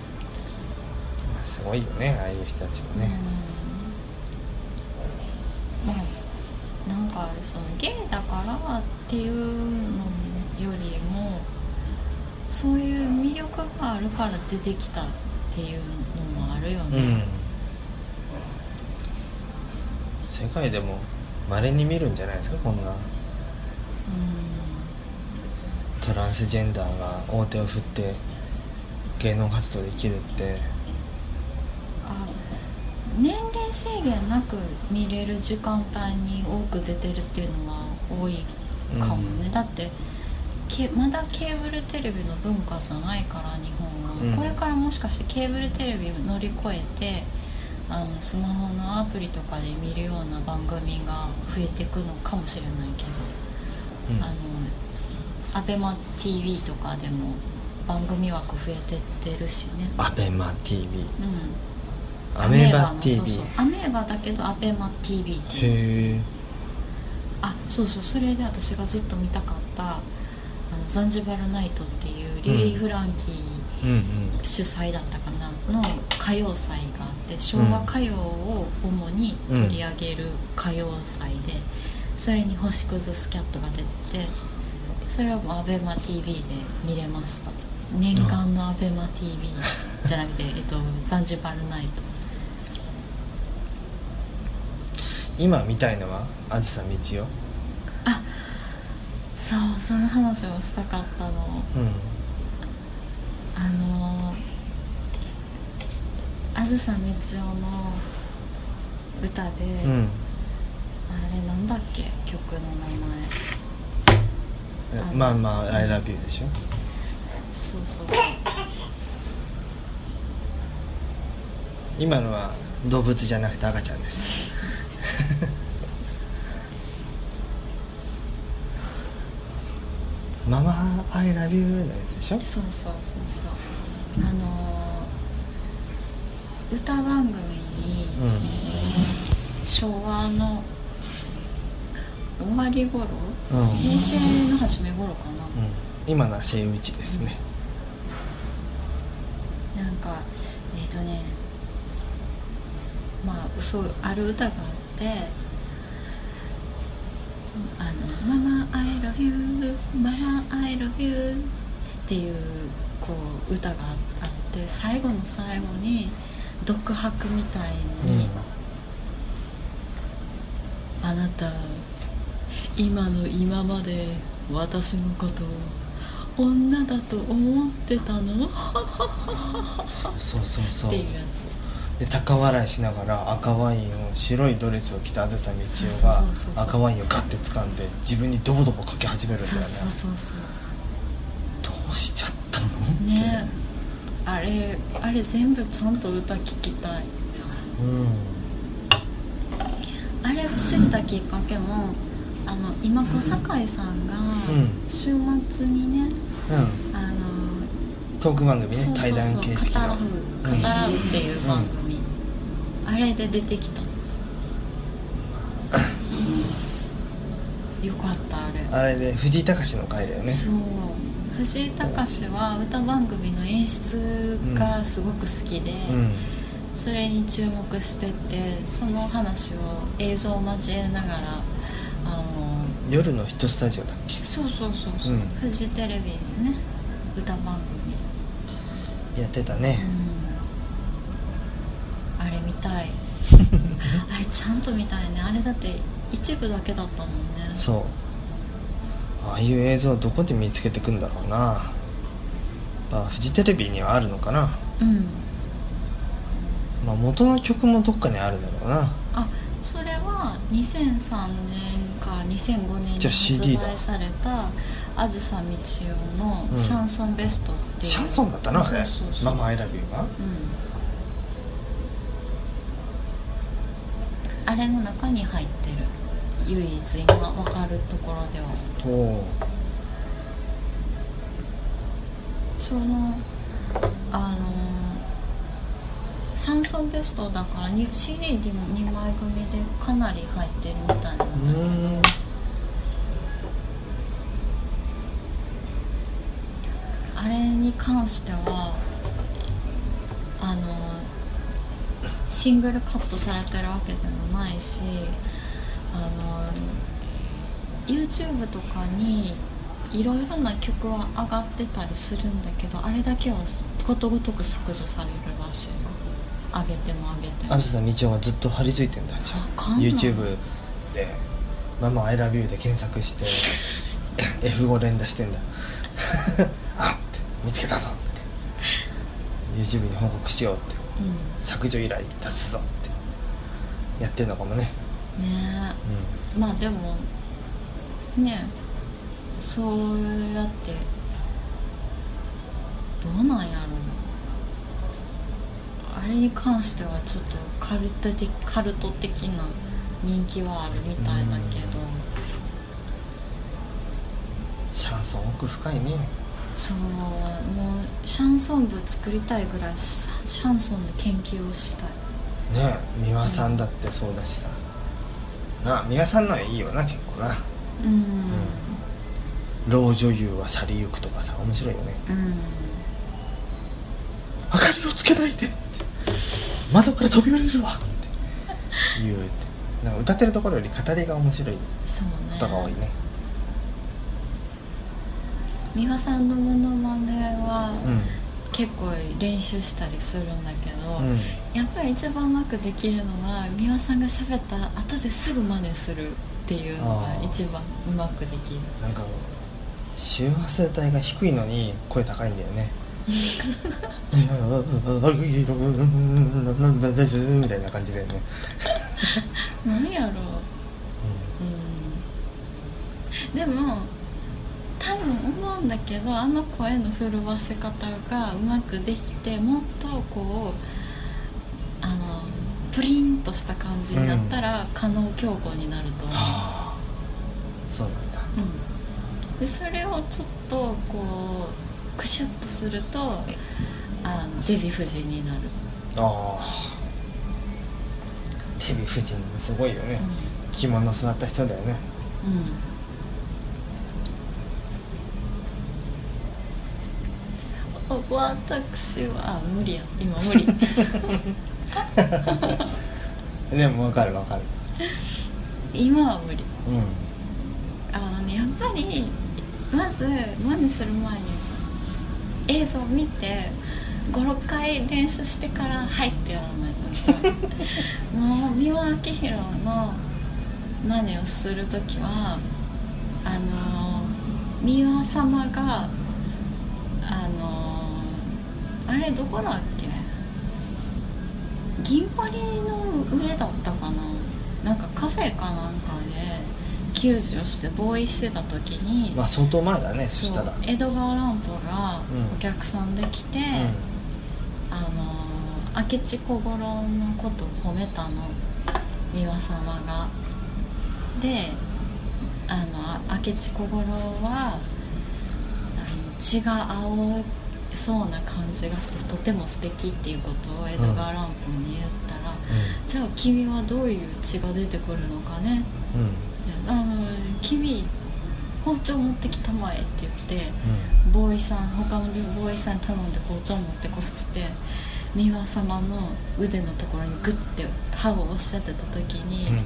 S1: うーんすごいよねああいう人たちもね、
S2: うんまあなんかそのゲイだからっていうのよりもそういう魅力があるから出てきたっていうのもあるよ
S1: う
S2: ね、
S1: ん世界でも稀に見るんじゃないですかこんなトランスジェンダーが大手を振って芸能活動できるって
S2: あ年齢制限なく見れる時間帯に多く出てるっていうのは多いかもね、
S1: うん
S2: だってけまだケーブルテレビの文化じゃないから日本は、
S1: うん
S2: これからもしかしてケーブルテレビを乗り越えてあのスマホのアプリとかで見るような番組が増えていくのかもしれないけど。
S1: うん
S2: あの ABEMATV とかでも番組枠増えてってるしね
S1: アベマ t v
S2: うん
S1: アメーバ
S2: の
S1: TV
S2: そうそうアメーバだけどアベマ TV っていう
S1: へえ
S2: あそうそうそれで私がずっと見たかったあのザンジバルナイトっていうリリー・フランキー
S1: うんうん
S2: 主催だったかなの歌謡祭があって昭和歌謡を主に取り上げる歌謡祭で、それに星屑スキャットが出ててそれはもう ABEMATV で見れました念願の ABEMATV じゃなくて、えっと、ザンジバルナイト
S1: 今見たいのはあずさみちよ
S2: そうその話をしたかったの
S1: うん
S2: あのあずさみちおの歌で、
S1: うん
S2: あれなんだっけ曲の
S1: え
S2: あの
S1: まあまあ「ILOVEYOU」でしょ
S2: 名前そうそうそう
S1: 今のは動物じゃなくて赤ちゃんです 「ママ I love you」のやつでしょ
S2: そうそうそうそうあの歌番組に、
S1: う
S2: 昭和の終わり頃、
S1: ん、うん
S2: 平成の初め頃かな、
S1: うん、今のはセイウチですね
S2: なんかえっ、とねまあそうある歌があって「あのママ I love you ママ I love you」っていうこう歌があって最後の最後に独白みたいに「あなた今の今まで私のことを女だと思ってたの?」
S1: そうそうそ
S2: っ
S1: う
S2: ていうやつ。
S1: で高笑いしながら赤ワインを白いドレスを着たあずさみちおが
S2: そうそうそうそう
S1: 赤ワインをガッて掴んで自分にドボドボかけ始めるんだ
S2: そ
S1: よ
S2: う
S1: ね
S2: そうそうそう
S1: どうしちゃったのって
S2: ねあれあれ全部ちゃんと歌聞きたい
S1: うん
S2: あれを知ったきっかけもあの今小堺さんが
S1: うん
S2: 週末にね、
S1: うん
S2: あの
S1: トーク番組ね
S2: そうそう
S1: 対談
S2: そう
S1: 形
S2: 「
S1: 式
S2: 語ら
S1: の
S2: う」語らうっていう番組、あれで出てきたよかったあれ
S1: あれで藤井隆の回だよね
S2: そう藤井隆は歌番組の演出がすごく好きで、
S1: うん
S2: それに注目しててその話を映像を交えながらあの
S1: 夜のヒットスタジオだっけ
S2: そうそうそうそう、
S1: うん
S2: フジテレビのね歌番組、
S1: やってたね
S2: うん、あれ見たい あれちゃんと見たいねあれだって一部だけだったもんね
S1: そうああいう映像どこで見つけてくんだろうなまあフジテレビにはあるのかな
S2: うん
S1: まあ元の曲もどっかにあるだろうな
S2: あそれは2003年か2005年に
S1: じゃあ CD だ
S2: 発売されたあずさみちおの「シャンソンベスト」っていう、
S1: シャンソンだったなあれ
S2: そうそうそう
S1: ママアイラビューが
S2: うんあれの中に入ってる唯一今分かるところでは
S1: おお
S2: そのあの三層ベストだからに CD でも2枚組でかなり入ってるみたいなんだ
S1: う
S2: けど
S1: ーん
S2: あれに関してはあのシングルカットされてるわけでもないしあの YouTube とかにいろいろな曲は上がってたりするんだけどあれだけはことごとく削除されるらしいの上げても上げても
S1: 東道夫がずっと張り付いてんだじゃ
S2: わ
S1: あ
S2: かんない
S1: YouTube で「ママ ILOVEYOU」で検索して F5 連打してんだ あって見つけたぞって YouTube に報告しようって
S2: う
S1: 削除依頼出すぞってやってんのかもね
S2: んね
S1: う
S2: えまあでもねえそうやってどうなんやろあれに関してはちょっとカルト的カルト的な人気はあるみたいだけど、
S1: んシャンソン奥深いね
S2: そうもうシャンソン部作りたいぐらいシャシャンソンの研究をしたい
S1: ねえ美輪さんだってそうだしさな美輪さんのはいいよな結構な
S2: うん、
S1: 老女優は去りゆくとかさ面白いよね
S2: うん
S1: 明かりをつけないでって窓から飛び降りるわって言うってなんか歌ってるところより語りが面白い
S2: そうね
S1: ことが多いね
S2: 美輪さんのモノマネは
S1: うん
S2: 結構練習したりするんだけど、
S1: うん
S2: やっぱり一番うまくできるのは美輪さんが喋った後ですぐ真似するっていうの
S1: あ
S2: が
S1: ー
S2: 一番うまくできる
S1: なんか周波数帯が低いのに声高いんだよねみたいな感じだよね、
S2: 何やろう、うん、でも多分思うんだけどあの声の震わせ方がうまくできてもっとこうあのプリンとした感じになったら加納京子になると思
S1: は
S2: う、
S1: あそうなんだ
S2: うん、でそれをちょっとこうクシュッとするとあのデヴィ夫人になる、
S1: ああデヴィ夫人もすごいよね、着物座った人だよね
S2: うんうん、お私はあ無理や今無理
S1: でも分かる分かる
S2: 今は無理
S1: うん
S2: あのねやっぱりまず真似する前に映像を見て56回練習してから「はい」ってやらないといけないもう美輪明宏の真似をする時はあの美輪様があのあれどこだっけ銀パリの上だったかななんかカフェかなんかで救助をして防衛してた時に、
S1: まあ相当前だねそしたら
S2: 江戸川乱歩が
S1: うん
S2: お客さんで来て、
S1: う
S2: あのー明智小五郎のことを褒めたの美輪様がであのあ明智小五郎はあの血が青そうな感じがしてとても素敵っていうことを江戸川乱歩に言ったら、
S1: ん
S2: じゃあ君はどういう血が出てくるのかね
S1: うん
S2: あの君包丁持ってきたまえって言って
S1: う
S2: ボーイさん他のボーイさんに頼んで包丁持ってこさせて美輪様の腕のところにグッて歯を押し当てた時に、
S1: んうん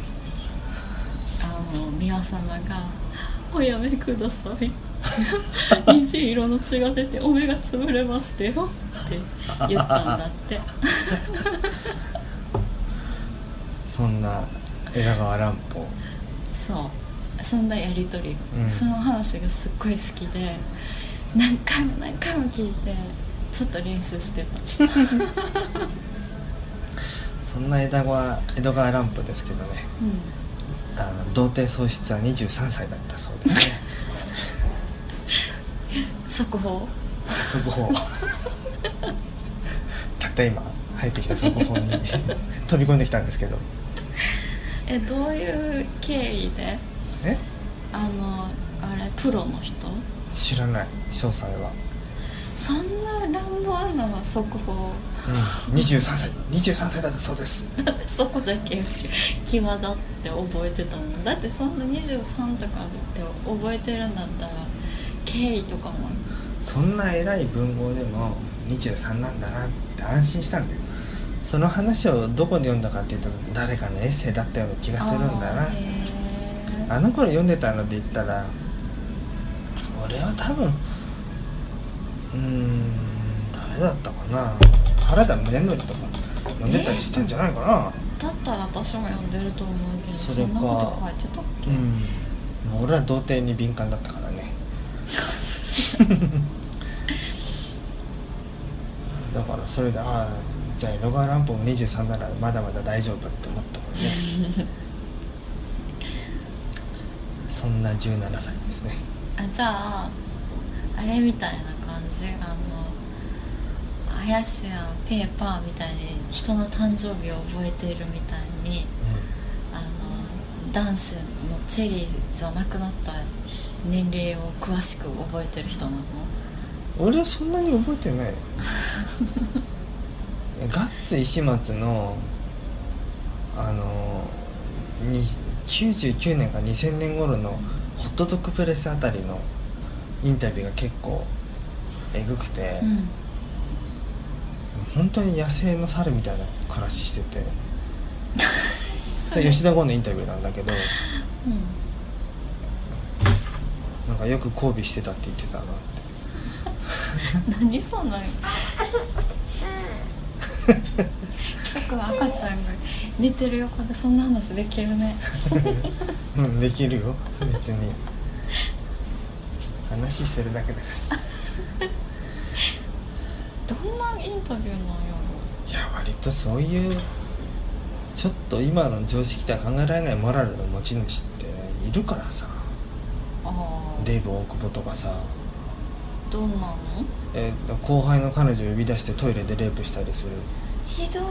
S2: あの美輪様が「おやめください」 「虹色の血が出てお目が潰れましたよ」って言ったんだって
S1: そんな江田川乱歩
S2: そうそんなやり取り、
S1: うん
S2: その話がすっごい好きで何回も何回も聞いてちょっと練習してた
S1: そんな江田川江戸川乱歩ですけどね
S2: うん
S1: あの童貞喪失は23歳だったそうです ね
S2: 速報
S1: 速報たった今入ってきた速報に飛び込んできたんですけど
S2: えどういう経緯で
S1: え
S2: あのあれプロの人
S1: 知らない詳細は、
S2: そんな乱暴な速報
S1: うん、23歳23歳だったそうです
S2: そこだけ際立って覚えてたのだってそんな23とかって覚えてるんだったら経緯とかも
S1: そんな偉い文豪でも23なんだなって安心したんだよその話をどこで読んだかっていうと誰かのエッセイだったような気がするんだな
S2: あーへー
S1: あの頃読んでたので言ったら俺は多分うーん誰だったかな原田宗則とか読んでたりしてんじゃないかな、
S2: だったら私も読んでると思うけどそ
S1: それか
S2: んなこと書いてたっけ、
S1: うんもう俺は童貞に敏感だったから ねだからそれでああじゃあ江戸川乱歩も23ならまだまだ大丈夫って思ったもんね そんな17歳ですね
S2: あじゃああれみたいな感じあの林やペーパーみたいに人の誕生日を覚えているみたいにあの男子のチェリーじゃなくなった年齢を詳しく覚えてる人なの
S1: 俺はそんなに覚えて ないガッツ石松のあのに99年から2000年頃のホットドッグプレスあたりのインタビューが結構えぐくて、
S2: うん
S1: 本当に野生の猿みたいな暮らししてて それ
S2: うん
S1: 吉田剛のインタビューなんだけどなんかよく交尾してたって言ってたなって
S2: 何そ の結構赤ちゃんが寝てる横でそんな話できるね
S1: うんできるよ別に 話するだけだから
S2: どんなインタビューなんや
S1: いや割とそういうちょっと今の常識では考えられないモラルの持ち主っているからさ
S2: ろああ
S1: デイブ大久保とかさ、
S2: どんなの
S1: えー後輩の彼女を呼び出してトイレでレイプしたりする
S2: ひどい
S1: う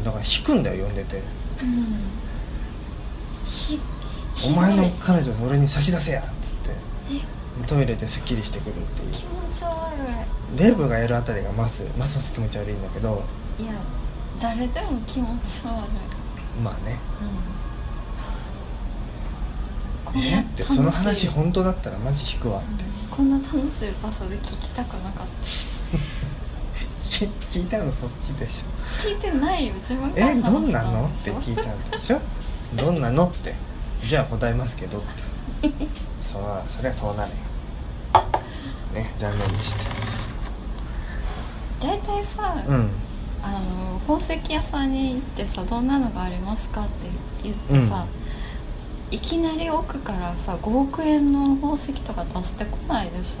S1: んだから引くんだよ呼んでて
S2: うんひ
S1: 「お
S2: ひどい
S1: 前の彼女を俺に差し出せや」っつって
S2: え
S1: トイレですっきりしてくるっていう
S2: 気持ち悪
S1: デイブがやるあたりがますますます気持ち悪いんだけど
S2: いいや誰でも気持ち悪い
S1: まあね
S2: うんこんな
S1: えってその
S2: 楽し
S1: 話
S2: い
S1: 本当だったらマジ引くわって
S2: こんな楽しい場所で聞きたくなかった
S1: 聞聞いたのそっちでしょ
S2: 聞いてないよ自分から
S1: えどん
S2: 話し
S1: な
S2: た
S1: の
S2: で
S1: っ
S2: してょ
S1: 聞いたんでしょどんなのってじゃあ答えますけどってそうそりゃそうなるよね残念でした
S2: 大体さ、
S1: うん
S2: あの宝石屋さんに行ってさどんなのがありますかって言ってさ、いきなり奥からさ5億円の宝石とか出してこないでし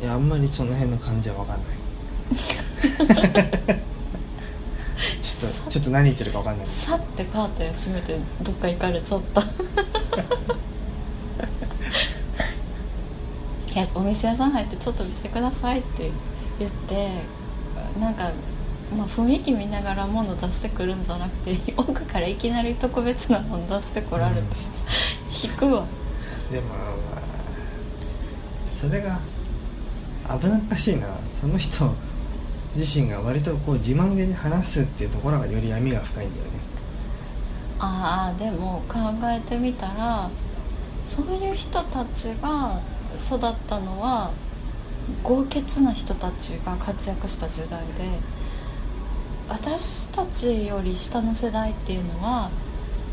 S2: ょ
S1: いやあんまりその辺の感じは分かんないちょっとちょっと何言ってるか分かんない
S2: さってカーテン閉めてどっか行かれちゃった いやお店屋さん入ってちょっと見せてくださいって言ってなんか、まあ、雰囲気見ながら物出してくるんじゃなくて奥からいきなり特別なもの出してこられて、
S1: うん
S2: 引くわ
S1: でもまあそれが危なっかしいなその人自身が割とこう自慢げに話すっていうところがより闇が深いんだよね
S2: ああでも考えてみたらそういう人たちが育ったのは豪傑な人たちが活躍した時代で私たちより下の世代っていうのは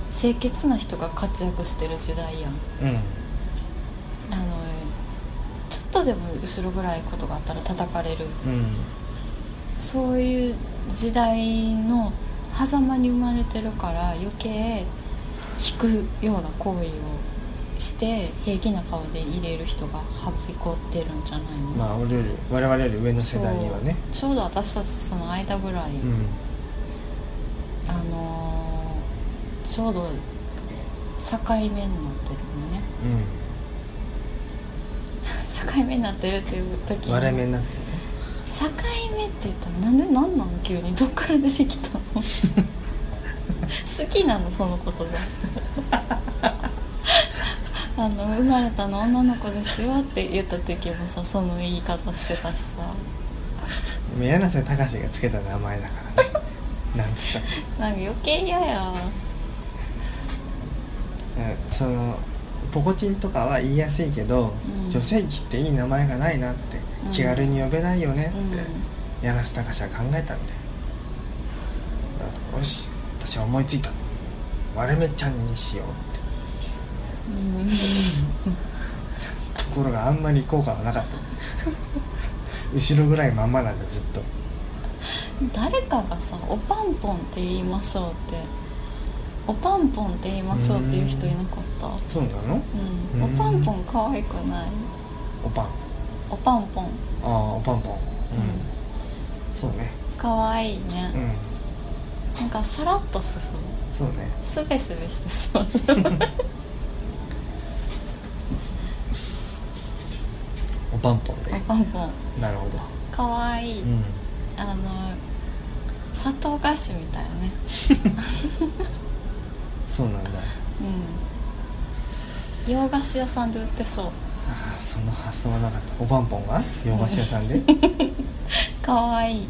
S2: 清潔な人が活躍してる時代やん
S1: うん
S2: あのちょっとでも後ろ暗いことがあったら叩かれる
S1: うん
S2: そういう時代の狭間に生まれてるから余計引くような行為をして平気な顔で入れる人がはびこってるんじゃないの、
S1: まあ俺より我々より上の世代にはね
S2: そうちょうど私たちその間ぐらい、
S1: うん
S2: あのーちょうど境目になってるのね 境目になってるっていう時
S1: うん
S2: に
S1: 割れ目になってね
S2: 境目って言ったらなんでなんなの急にどっから出てきたの好きなのその言葉 あの生まれたの女の子ですよって言った時もさその言い方してたしさ
S1: 柳瀬隆がつけた名前だからね なんつったっけ
S2: なんか余計嫌や
S1: うんそのポコチンとかは言いやすいけど、
S2: うん
S1: 女性器っていい名前がないなって、
S2: うん
S1: 気軽に呼べないよねって、
S2: う
S1: 柳瀬隆は考えたんだよだからよし私は思いついた割れ目ちゃんにしようって
S2: ん、うん、
S1: ところがあんまり効果が なかった後ろぐらいまんまなんだずっと
S2: 誰かがさ「おパンポンって言いましょう」って「おパンポンって言いましょう」っていう人いなかった
S1: そうなの
S2: うん、
S1: うん
S2: おパンポン可愛くない
S1: おパン
S2: おパンポン
S1: ああおパンポンうん、
S2: うん
S1: そうね
S2: 可愛いね
S1: う、ん
S2: なんかさらっとして
S1: そ
S2: そう
S1: うね
S2: すべすべしてそう
S1: おパンポンで
S2: おパンポン
S1: なるほど
S2: 可愛い、
S1: うん
S2: あの砂糖菓子みたいなね
S1: そうなんだ
S2: うん洋菓子屋さんで売ってそう
S1: ああその発想はなかったおパンポンが洋菓子屋さん で
S2: 可愛い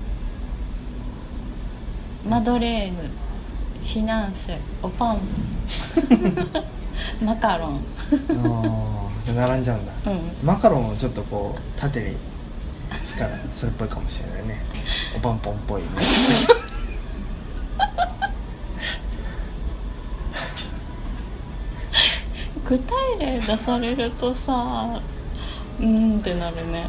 S2: マドレーヌフィナンシェおパンマカロ
S1: あ
S2: ン
S1: あじゃあ並んじゃうんだ
S2: うん
S1: マカロンをちょっとこう縦にしたらそれっぽいかもしれないねおパンポンっぽいね
S2: 具体例出されるとさうーんってなるね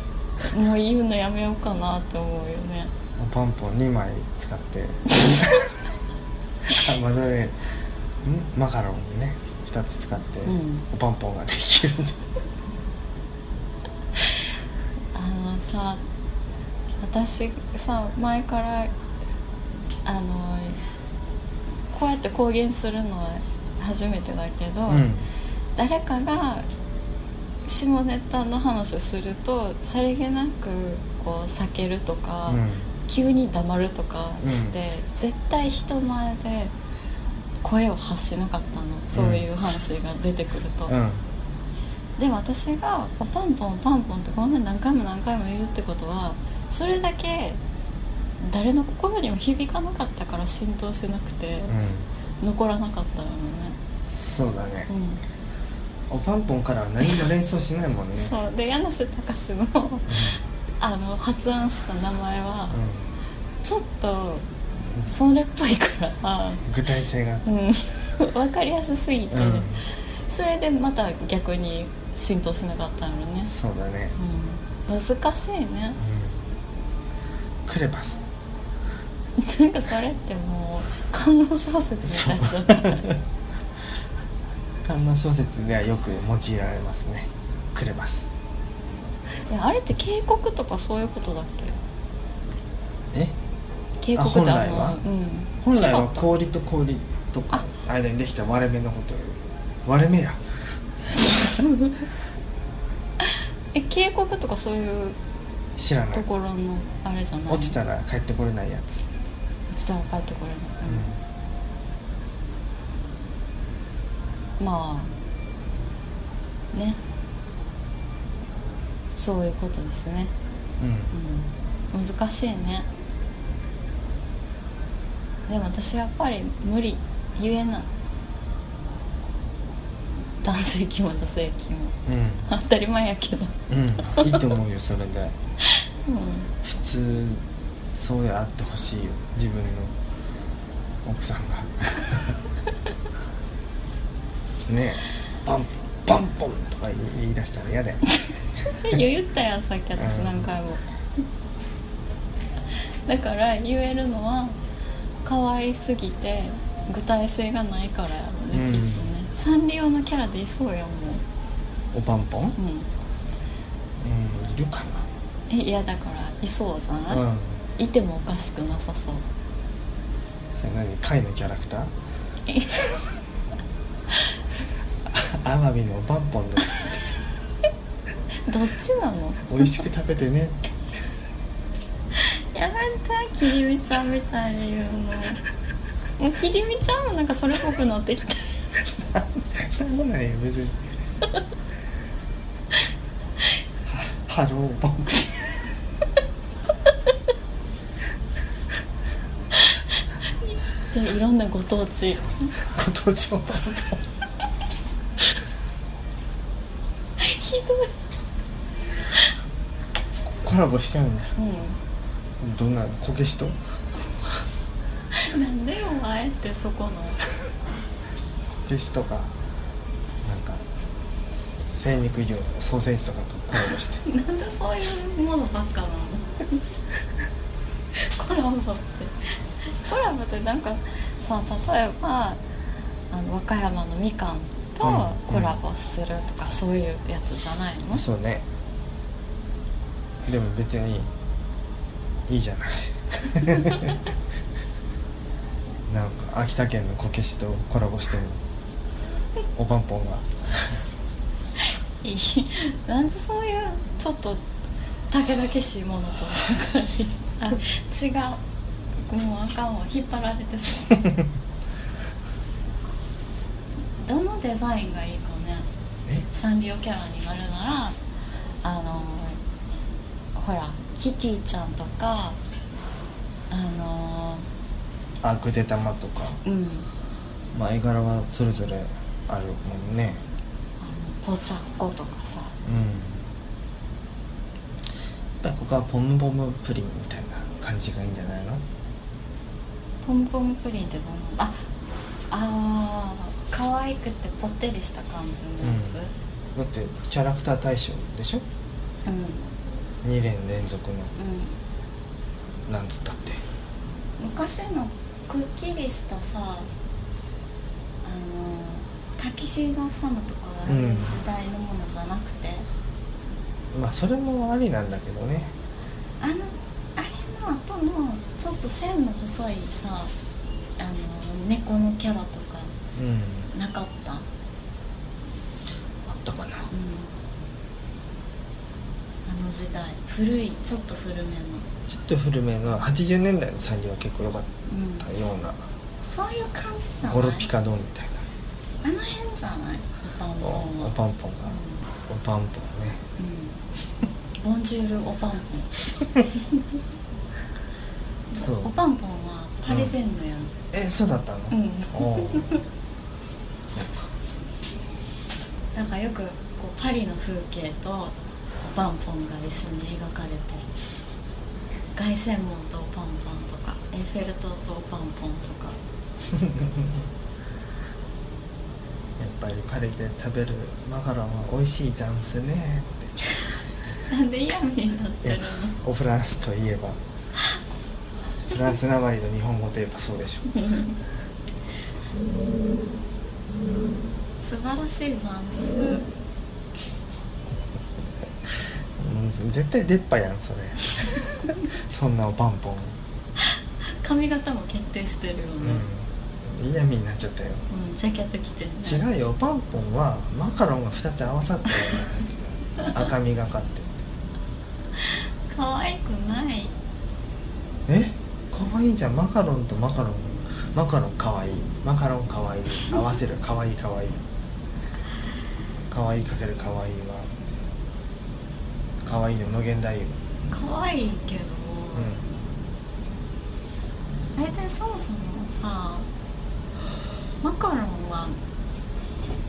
S2: もう言うのやめようかなって思うよね
S1: おパンポン2枚使って あマドレーヌんマカロンね2つ使って、
S2: うん
S1: おパンポンができるんじゃ
S2: あのさ私さ前からあのこうやって公言するのは初めてだけど、
S1: ない、うん
S2: 誰かが下ネタの話をするとさりげなくこう避けるとか、
S1: うん
S2: 急に黙るとかして、絶対人前で声を発しなかったのそういう話が出てくると。
S1: うん
S2: でも私が「パンポンパンポン」ってこんなに何回も何回も言うってことはそれだけ誰の心にも響かなかったから浸透しなくて
S1: う
S2: 残らなかったのね、
S1: んそうだね
S2: う、ん
S1: おパンポンからは何も連想しないもんね
S2: そうで柳瀬隆の あの発案した名前は
S1: うん、
S2: ちょっとそれっぽいから
S1: うん具体性が、
S2: うん 分かりやすすぎて、
S1: うん、
S2: それでまた逆に浸透しなかったのね、
S1: そうだね、
S2: うん、難しいね
S1: うん、クレパス
S2: なんかそれってもう観音小説みたいじゃない
S1: 観音小説ではよく用いられますねクレパス
S2: いやあれって警告とかそういうことだっ
S1: え
S2: け警告って
S1: あ
S2: あ
S1: 本来
S2: の
S1: は
S2: うん、
S1: 本来
S2: 違
S1: は
S2: った
S1: 氷と氷とか間にできた割れ目のことを言う割れ目や
S2: え警告とかそういう
S1: 知らな
S2: と
S1: い
S2: ころのあれじゃない
S1: 落ちたら帰ってこれないやつ、
S2: 落ちたら帰ってこれ
S1: う
S2: ない、
S1: ん、
S2: うん、まあねそういうことですね、
S1: うん、
S2: うん、難しいねでも私やっぱり無理言えない男性器も女性器も当たり前やけど
S1: うん、うん、いいと思うよそれで
S2: うん
S1: 普通そうであってほしいよ自分の奥さん がねえパンパンポンとか言い出したら 嫌だよ
S2: 言ったやんさっき私何回もだから言えるのは可愛すぎて具体性がないからやろね、
S1: うん
S2: きっとねサンリオのキャラでいそうやも
S1: おパンポン
S2: う、うん、
S1: うんいるか
S2: えいやだからいそうじゃ
S1: な
S2: ない、
S1: うん
S2: いてもおかしくなさそう
S1: それ何貝のキャラクター アワビのおパンポンです
S2: どっちなの
S1: 美味しく食べてねって
S2: やめてきりみちゃんみたいに言うのもうひりみちゃんもなんかそれっぽくなっ てきた
S1: なんもないよ別にハハローボンク
S2: そういろんなご当地
S1: ご当地ボンク
S2: ひどい
S1: コラボしちゃうんだ
S2: う
S1: どんなのこけしとこ
S2: んなんでお前ってそこの
S1: けしとかなんか精肉牛のソーセージとかとコラボして
S2: なんでそういうものばっかなのコラボってコラボってなんかさ例えばあの和歌山のみかんと
S1: うん
S2: コラボするとか、そういうやつじゃないの
S1: そうねでも別にいいじゃないなんか秋田県のこけしとコラボしておばんぽんが
S2: いいなんでそういうちょっとたけだけしいものとなんかあ違うもうあかんわ引っ張られてしまうどのデザインがいいかね
S1: え
S2: サンリオキャラになるならあのほらキティちゃんとかあの
S1: あぐで玉とか、
S2: うん
S1: まあ、絵柄はそれぞれあるもんね
S2: あの紅茶っ子とかさ
S1: うんやっぱりここはポムポムプリンみたいな感じがいいんじゃないの
S2: ポンポンプリンってどんなのああー可愛くてぽってりした感じのやつ
S1: だってキャラクター大賞でしょ
S2: うんうん、
S1: 2年連続のなんつったって
S2: 昔のくっきりしたさあのタキシードサムとかああいう時代のものじゃなくて、
S1: まあそれもありなんだけどね
S2: あのあれの後のちょっと線の細いさあの猫のキャラとか
S1: うん
S2: なかった、うん、
S1: あったかな
S2: あの時代古いちょっと古めの、
S1: ちょっと古めの80年代のサンリオは結構良かっ
S2: うん、
S1: たような
S2: そういう感じじゃない
S1: ゴロピカドンみたいな
S2: あの辺じゃないオパンポ
S1: お
S2: ンは
S1: おパンポンがおパンポンね
S2: うん、ボンジュールオパンポン
S1: そう
S2: おパンポンはパリジェンヌやん、
S1: えそうだったの、
S2: うん
S1: おーそうか
S2: なんかよくこうパリの風景とおパンポンが一緒に描かれてる凱旋門とおパンポンとかエッフェル塔とおパンポンとか
S1: やっぱりパリで食べるマカロンは美味しいざんすね
S2: なんで嫌味になってるの
S1: っておフランスといえばフランスなまりの日本語といえばそうでしょ
S2: 素晴らしいざんす
S1: うん絶対出っ歯やんそれ そんなおパンポン、
S2: 髪型も決定してるよね、
S1: うん、嫌味になっちゃったよ
S2: うんジャケット着てね
S1: 違うよおパンポンはマカロンが2つ合わさったようなやつ赤みがかって
S2: 可愛くない
S1: え可愛いじゃんマカロンとマカロンマカロン可愛いマカロン可愛い合わせる可愛い可愛い可愛いかける可愛いは可愛いの無限大よ
S2: 可愛いけど、
S1: う
S2: 大体そもそもさマカロンは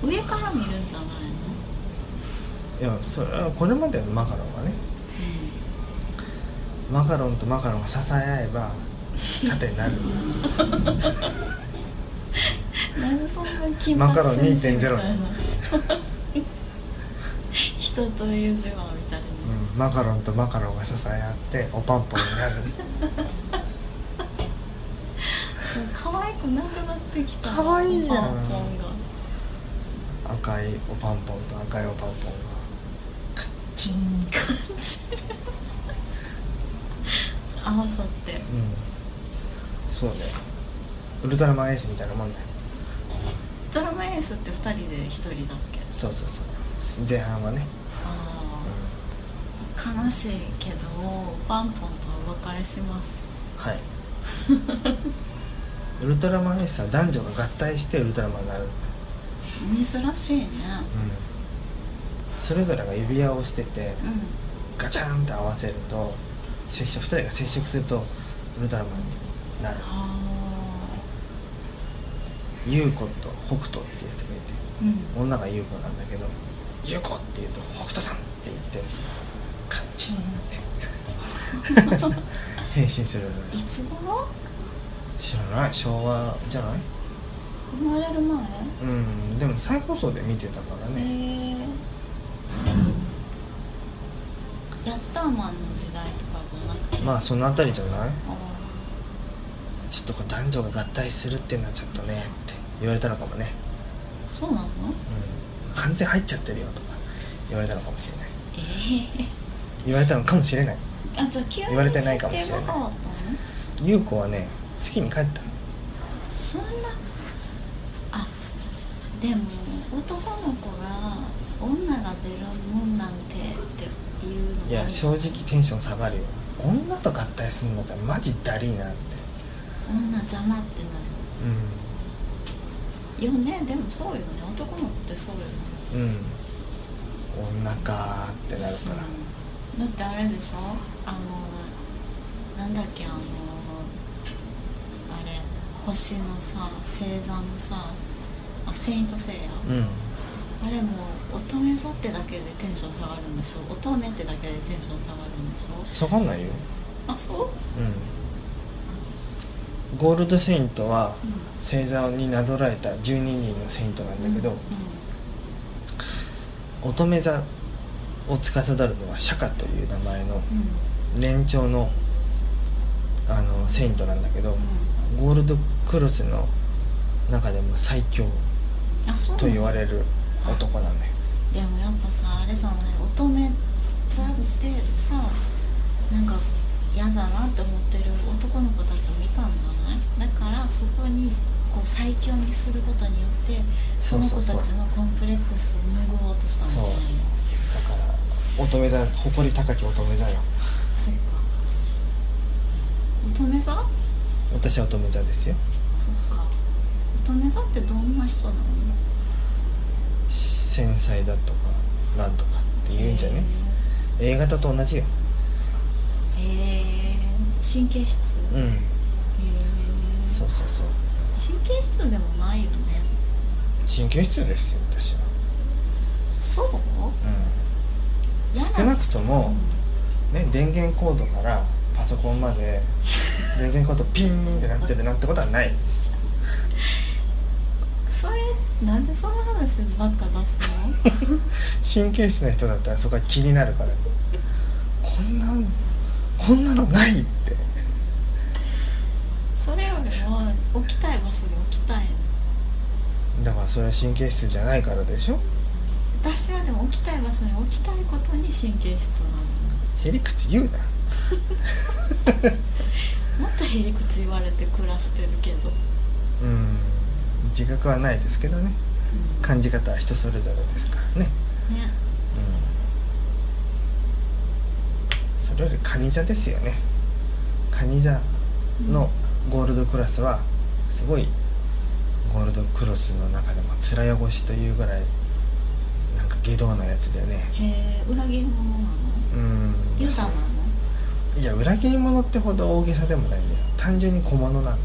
S2: 上から見るんじゃないの、
S1: んいやそれはこれまでのマカロンはねマカロンとマカロンが支え合えば縦になる
S2: うん、なんでそんな金
S1: マカロン
S2: 先生みたいな
S1: 2.0
S2: 人という字はみたいな、
S1: うんマカロンとマカロンが支え合っておパンポンになる
S2: もう可愛くなくなってきた
S1: 可愛いやん
S2: パンポンが
S1: 赤いおパンポンと赤いおパンポンが
S2: チンカチ 合わさって
S1: うんそうねウルトラマンエースみたいなもんだよ
S2: ドラマエースって2人で1人だっけ
S1: そうそうそう前半はね、
S2: あ
S1: うん
S2: あ悲しいけどパンポンとお別れします
S1: はいウルトラマン S は男女が合体してウルトラマンになる、うん、
S2: 珍しいね
S1: それぞれが指輪をしてて
S2: うん
S1: ガチャンって合わせると接触2人が接触するとウルトラマンになる
S2: あ
S1: 優子と北斗ってやつがいて
S2: ーうん
S1: 女が優子なんだけど「優子」って言うと「北斗さん」って言ってカチンって変身するの
S2: いつ頃
S1: 知らない昭和じゃない
S2: 生まれる前
S1: うんでも再放送で見てたから
S2: へ
S1: ね、
S2: えヤッターマンの時代とかじゃなくて
S1: まあそのあたりじゃない
S2: あ
S1: ちょっとこう男女が合体するっていうのはちょっとねって言われたのかもね、
S2: ーそうなの
S1: うん、完全入っちゃってるよとか言われたのかもしれない
S2: え
S1: 言われたのかもしれない
S2: えー、あじゃあ急に
S1: 言われてないかもしれない
S2: 設定が変わったの
S1: 優子はね月に帰ったの
S2: そんなあでも男の子が女が出るもんなんてっていうのが
S1: いや正直テンション下がるよ女と合体するのがマジだりーなって
S2: 女邪魔ってなるよねでもそうよね男の子ってそうよ
S1: うんう
S2: ね
S1: ん女かーってなるから
S2: だってあれでしょあのなんだっけあのあれ星のさ星座のさあセイントセイヤ
S1: うん
S2: あれも乙女座ってだけでテンション下がるんでしょ乙女ってだけでテンション下がるんでしょ
S1: 下がんないよ
S2: あそう
S1: うんゴールドセイントは
S2: うん
S1: 星座になぞらえた12人のセイントなんだけど、乙女座を司るのは釈迦という名前の
S2: うんうん
S1: 年長のあのセイントなんだけど、
S2: う
S1: ゴールドクロスの中でも最強
S2: んあそう
S1: と
S2: な
S1: 言
S2: の
S1: われる男なんだよ
S2: でもやっぱさあれじゃない乙女座ってさなんか嫌だなって思ってる男の子たちを見たんじゃないだからそこにこう最強にすることによってその子たちのコンプレックスを拭おうとしたんじゃないの
S1: だから乙女座誇り高き乙女座よ
S2: そうか乙女座
S1: 私は乙女座ですよ
S2: そっか乙女座ってどんな人なの
S1: 繊細だとかなんとかって言うんじゃね A 型と同じよ
S2: へえ神経質
S1: う
S2: へ
S1: ん
S2: え
S1: そうそうそう
S2: 神経質でもないよね
S1: 神経質ですよ私は
S2: そう
S1: うん
S2: 嫌な
S1: 少なくと
S2: う
S1: も
S2: ん、
S1: ね電源コードからパソコンまで電源コードピーンってなってるなんてことはないです
S2: それなんでそんな話ばっか出す の
S1: 神経質な人だったらそこは気になるからこんなんこんなのないって
S2: それよりも置きたい場所に置きたいの
S1: だからそれは神経質じゃないからでしょ
S2: 私はでも置きたい場所に置きたいことに神経質な
S1: へりくつ言うな
S2: のもっとへりくつ言われて暮らしてるけど、
S1: うん自覚はないですけどね
S2: うん
S1: 感じ方は人それぞれですからね
S2: ね
S1: うんそれよりカニ座ですよねカニ座のゴールドクラスはすごいゴールドクロスの中でも面汚しというぐらいなんか下道なやつでね
S2: へえ裏切り者なの
S1: うん
S2: ユダなの
S1: いや裏切り者ってほど大げさでもないんだよ単純に小物なんだよ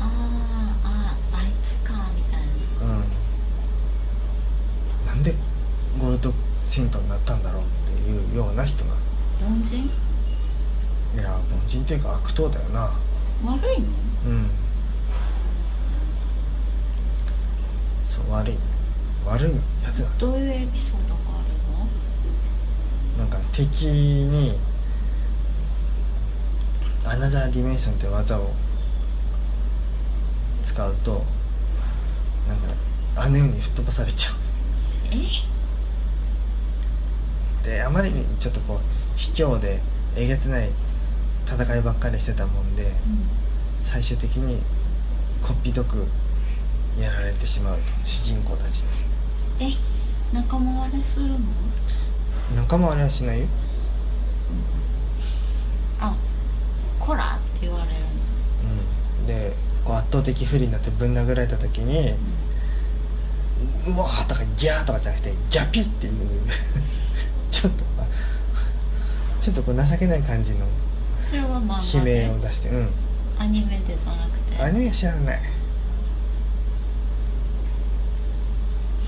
S2: あーあーあいつかみたいな
S1: うんなんでゴールドセイントになったんだろうっていうような人が
S2: 凡人
S1: いや凡人っていうか悪党だよな
S2: 悪いの
S1: うんそう悪い悪いやつだ
S2: どういうエピソードがある
S1: な
S2: の
S1: んか敵にアナザーディメンションって技を使うとなんかあの世に吹っ飛ばされちゃう
S2: え
S1: であまりにちょっとこう卑怯でえげつない戦いばっかりしてたもんで
S2: う
S1: 最終的にこっぴどくやられてしまうと主人公たちに
S2: ん、え仲間割れするの
S1: 仲間割れはしないよ
S2: あこらって言われる
S1: うんでこう圧倒的不利になってぶん殴られた時に「うわ!」とか「ギャー!」とかじゃなくて「ギャピ!」っていう ちょっとまあちょっとこう情けない感じの
S2: それは
S1: 悲
S2: 漫画
S1: 鳴
S2: で
S1: を出してうん
S2: アニメでじゃなくて
S1: アニメは知らない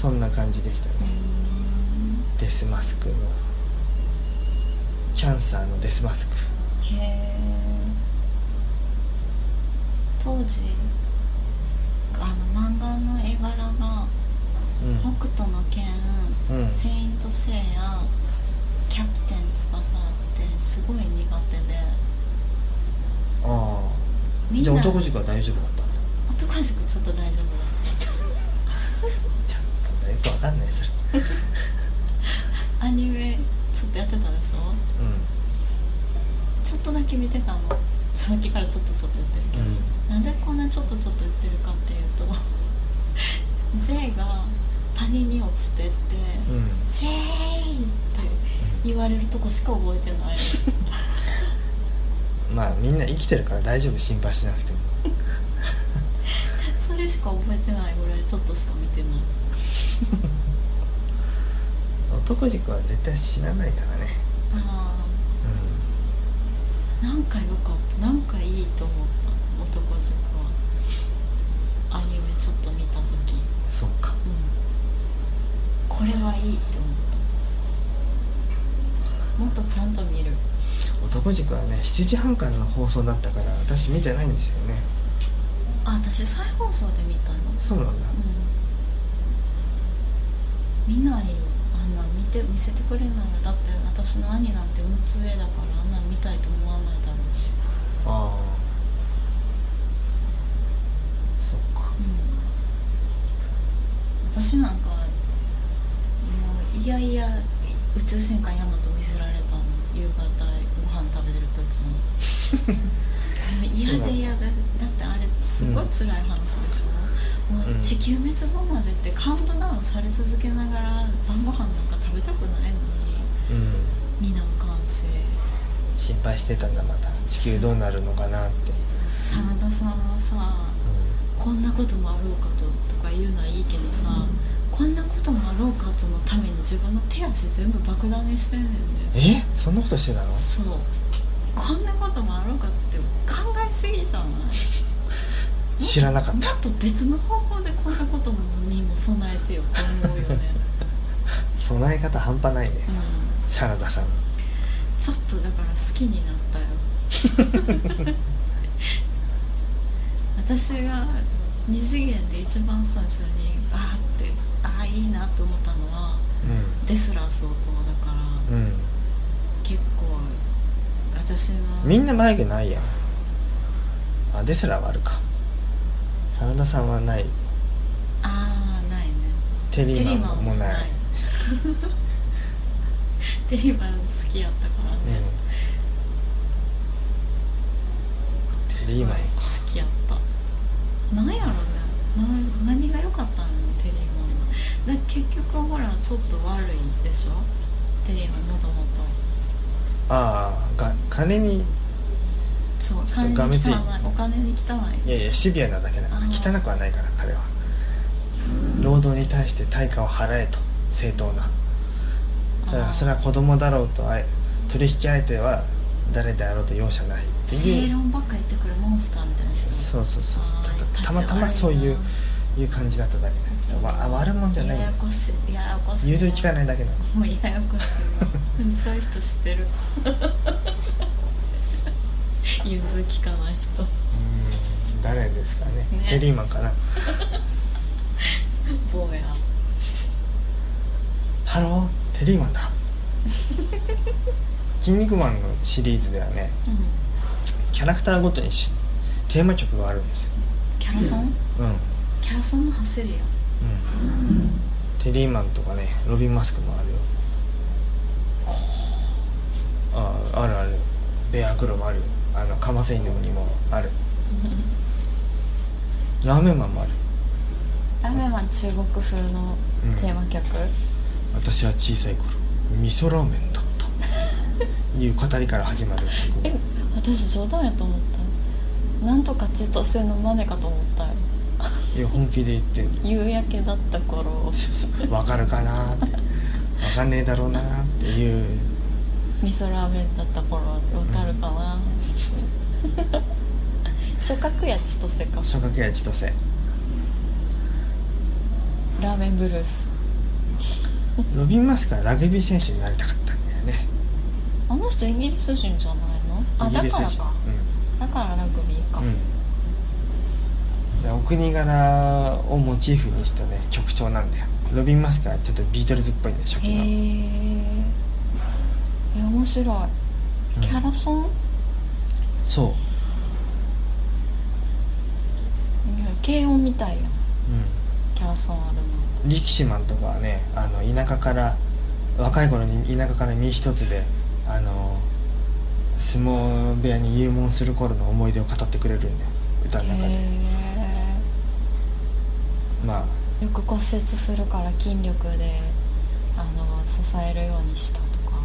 S1: そんな感じでしたね
S2: う
S1: デスマスクのキャンサーのデスマスク
S2: ーんへえ当時あの漫画の絵柄が
S1: うん
S2: 北斗の拳、
S1: うん
S2: セイントセイヤキャプテン翼ってすごい苦手で
S1: ああ
S2: みん
S1: じゃ
S2: な
S1: あ男塾は大丈夫だったんだ
S2: 男塾ちょっと大丈夫だ
S1: ちょっとよくわかんないそれ
S2: アニメちょっとやってたでしょ
S1: う
S2: ちょっとだけ見てたのさっきからちょっとちょっと言ってるけ
S1: ん
S2: ど、
S1: うん
S2: なんでこんなちょっとちょっと言ってるかっていうと J が谷に落ちてって
S1: う
S2: 「
S1: ん
S2: J!」って言われるとこしか覚えて ない
S1: まあみんな生きてるから大丈夫心配しなくても
S2: それしか覚えてないぐらいちょっとしか見てない
S1: 男塾は絶対死なないからね
S2: あ
S1: う
S2: あなんか良かったなんかいいと思った男塾はアニメちょっと見た時うん
S1: そうか
S2: んこれはいいって思ったもっとちゃんと見る
S1: 男塾はね7時半からの放送だったから私見てないんですよね
S2: あ私再放送で見たの
S1: そうなんだ
S2: うん見ないあんなん見て見せてくれないよだって私の兄なんて6つ上だからあんなん見たいと思わないだろうし、
S1: ああそっか
S2: うん、私なんかもういやいや宇宙戦艦ヤマト見せられたの夕方ご飯食べてる時にでも嫌で嫌でだってあれすごい辛い話でしょ、
S1: ん
S2: もう地球滅亡までってカウントダウンされ続けながら晩ご飯なんか食べたくないのに
S1: うん
S2: 見なあかんし
S1: 心配してたんだまた地球どうなるのかなって
S2: 真田さんもさこんなこともあろうかととか言うのはいいけどさ、こんなこともあろうかとのために自分の手足全部爆弾にしてんねん
S1: う
S2: で
S1: んえそんなことしてたの
S2: そうこんなこともあろうかって考えすぎじゃない
S1: 知らなかっ
S2: も
S1: た
S2: っと別の方法でこんなことにも備えてよって思うよね、
S1: 備え方半端ないね
S2: うん、
S1: 真田さん
S2: ちょっとだから好きになったよ私が二次元で一番最初にあーってああいいなと思ったのはデスラー相当だから、
S1: うんうん
S2: 結構私の
S1: みんな眉毛ないやんあデスラーはあるか真田さんはない
S2: ああないね
S1: テリ
S2: テリ
S1: ー
S2: マ
S1: マンも
S2: ンも
S1: ない
S2: ないテリマン好きやったから
S1: う
S2: ね、
S1: んテリーマンか
S2: すごい好きやったなんやろねな何が良かったのテリーマンのだ結局ほらちょっと悪いでしょテリーマンもともと
S1: ああが金に
S2: そうお
S1: ちょっと
S2: 金
S1: がめ
S2: に
S1: つい
S2: 汚いお金に汚い
S1: いやいやシビアなだけだから汚くはないから彼は労働に対して対価を払えと正当なそれ
S2: あー
S1: はそれは子供だろうとあえ取引相手は誰であろうと容赦ないって
S2: 正
S1: いう
S2: 論ばっか言ってくるモンスターみたいな人
S1: そうそうそう
S2: あ
S1: た
S2: ー
S1: たまたまそういう
S2: 立ち悪いな
S1: いう感じだっただけだわあ悪者じゃないん
S2: や
S1: だ
S2: やこしいややこしい
S1: 融通きかないだけなの
S2: もうややこし いなそういう人知ってる 融通きかない人
S1: うん誰ですかね
S2: ね
S1: テリーマンかな
S2: 坊や
S1: ハローテリーマン だ筋肉マンのシリーズではね
S2: うん
S1: キャラクターごとにしテーマ曲があるんですよ
S2: キャラソン
S1: うんうん
S2: キャラソンの走りや
S1: テリーマンとかねロビン・マスクもあるよああるあるベアクロもあるよあのカマセイヌムにもあるラーメンマンもある
S2: ラーメンマン中国風のテーマ曲、
S1: 私は小さい頃味噌ラーメンだったっていう語りから始まる曲
S2: え私冗談やと思ったなんとか千歳のマネかと思ったよ
S1: いや本気で言ってん
S2: 夕焼けだった 頃
S1: のわかるかなってわかんねえだろうなっていう
S2: 味噌ラーメンだった頃ってわかるかな 初角や千歳か
S1: 小学や千歳
S2: ラーメンブルース
S1: ロビン・マスカはラグビー選手になりたかったんだよね
S2: あの人イギリス人じゃないのあ
S1: イギ
S2: だ
S1: リス
S2: から
S1: 人
S2: かだからラグビーか、
S1: うん、うん、でお国柄をモチーフにしたね曲調なんだよロビン・マスカはちょっとビートルズっぽいね初期
S2: へ
S1: の、
S2: ええ面白
S1: う
S2: い
S1: ん
S2: キャラソン、
S1: そう
S2: いや軽音みたいやん
S1: うん
S2: キャラソンあるの
S1: 力士マンとかはねあの田舎から若い頃に田舎から身一つであの相撲部屋に入門する頃の思い出を語ってくれるんだよ歌の中で
S2: へ
S1: まあ
S2: えよく骨折するから筋力であの支えるようにしたとか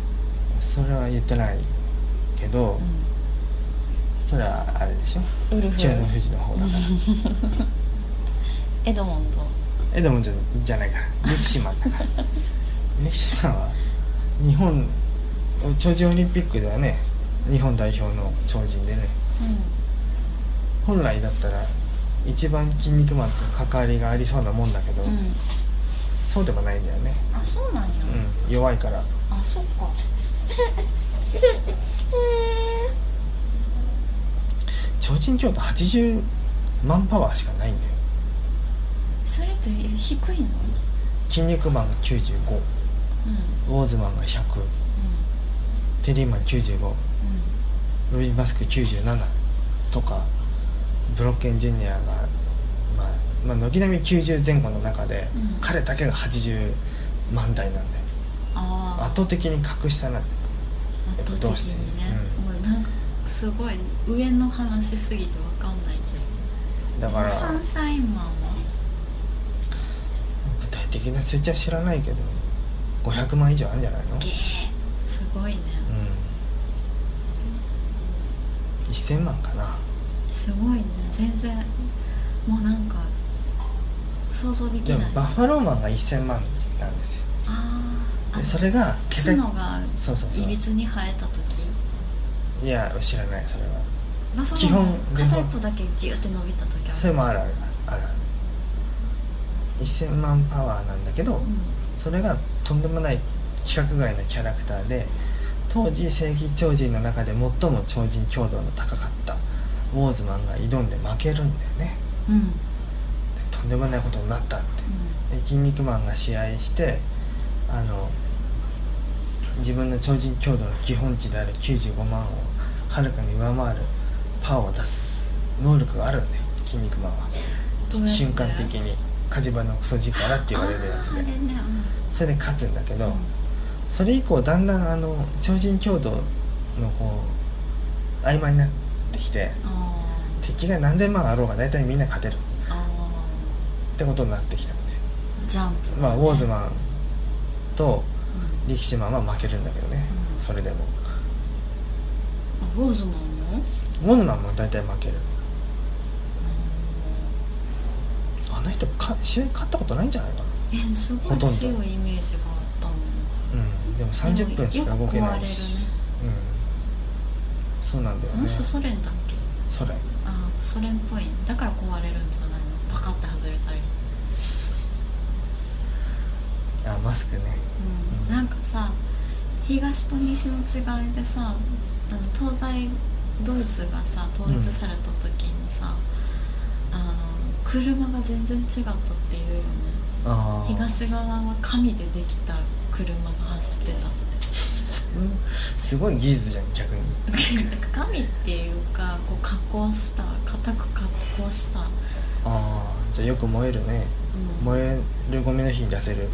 S1: それは言ってないけど、それはあれでしょ
S2: うんウルフ
S1: 千代の富士の方だから
S2: エドモンド
S1: えでもじゃじゃない から力士マンだから力士マンは日本長寿オリンピックではね日本代表の超人でね本来だったら一番筋肉マンと関わりがありそうなもんだけど、
S2: うん、うん、
S1: そうでもないんだよね、
S2: あそうなんや、
S1: うん、弱いから
S2: あそっか
S1: 超人強度80万パワーしかないんだよ
S2: それって低いの
S1: 筋肉マンが95
S2: うん
S1: ウォーズマンが100テリーマン95
S2: うんうん
S1: ロビン・マスク97とかブロッケンジュニアが、まあ、まあ軒並み90前後の中で、
S2: うん
S1: 彼だけが80万台なんだよ
S2: あ
S1: 圧倒的に格下なんだよや
S2: あ
S1: っ
S2: 圧
S1: ぱ
S2: 倒
S1: どう
S2: 的
S1: して
S2: にね、
S1: うん
S2: もうなんかすごい上の話すぎてわかんないけ
S1: だ
S2: ど
S1: から
S2: サンシャインマンは
S1: 具体的な数値は知らないけど500万以上あるんじゃないの、うん
S2: ゲ、ーすごいね
S1: 1000万かな
S2: すごいね全然もうなんか想像でき
S1: で
S2: ない
S1: もバッファローマンが1000万なんですよ
S2: あーあ
S1: で
S2: の
S1: それが
S2: 角が
S1: そうそうそ
S2: いび
S1: う
S2: つに生えた時
S1: いや知らないそれは
S2: バファ
S1: 基
S2: ロー
S1: 本
S2: の片一方だけギュって伸びた時ある
S1: それもあるあるあるある1000万パワーなんだけど、
S2: うん
S1: それがとんでもない規格外なキャラクターで当時正規超人の中で最も超人強度の高かったウォーズマンが挑んで負けるんだよね
S2: うんうん
S1: とんでもないことになったってで「筋肉マン」が試合してあの自分の超人強度の基本値である95万をはるかに上回るパワーを出す能力があるんだよ筋肉マン
S2: どうや
S1: は
S2: って
S1: 瞬間的に火事場のクソ力って言われるやつ
S2: あーあれ
S1: で
S2: ね
S1: それで勝つんだけ
S2: うん
S1: ど、それ以降だんだんあの超人強度のこう曖昧になってきて
S2: あ
S1: 敵が何千万あろうが大体みんな勝てるっ
S2: ーあ
S1: てことになってきたんで、
S2: ージャンプ
S1: まあ、ウォーズマンと
S2: う
S1: 力士マンは負けるんだけどね、
S2: うん
S1: それでも
S2: んあウォーズマンも
S1: ウォーズマンも大体負けるあの人か試合勝ったことないんじゃないかな
S2: えす
S1: ほ
S2: ご
S1: と
S2: い
S1: んど
S2: 強いイメージがあったの
S1: うんでも30分しか動けないし、
S2: でもよ
S1: うんそうなんだよ
S2: あの
S1: ね
S2: 人ソ連だっけ
S1: それ
S2: あーソ連っぽいだから壊れるんじゃないのパカって外れたり、
S1: あマスクねうん
S2: うんなんかさ東と西の違いでさあの東西ドイツがさ統一された時にさ、あの車が全然違ったっていうよね
S1: ああ
S2: 東側は紙でできた車が走ってた
S1: すすごい技術じゃん逆に
S2: なんか紙っていうかこう加工した硬く加工した、うん、
S1: ああじゃあよく燃えるね燃えるゴミの日に出せ る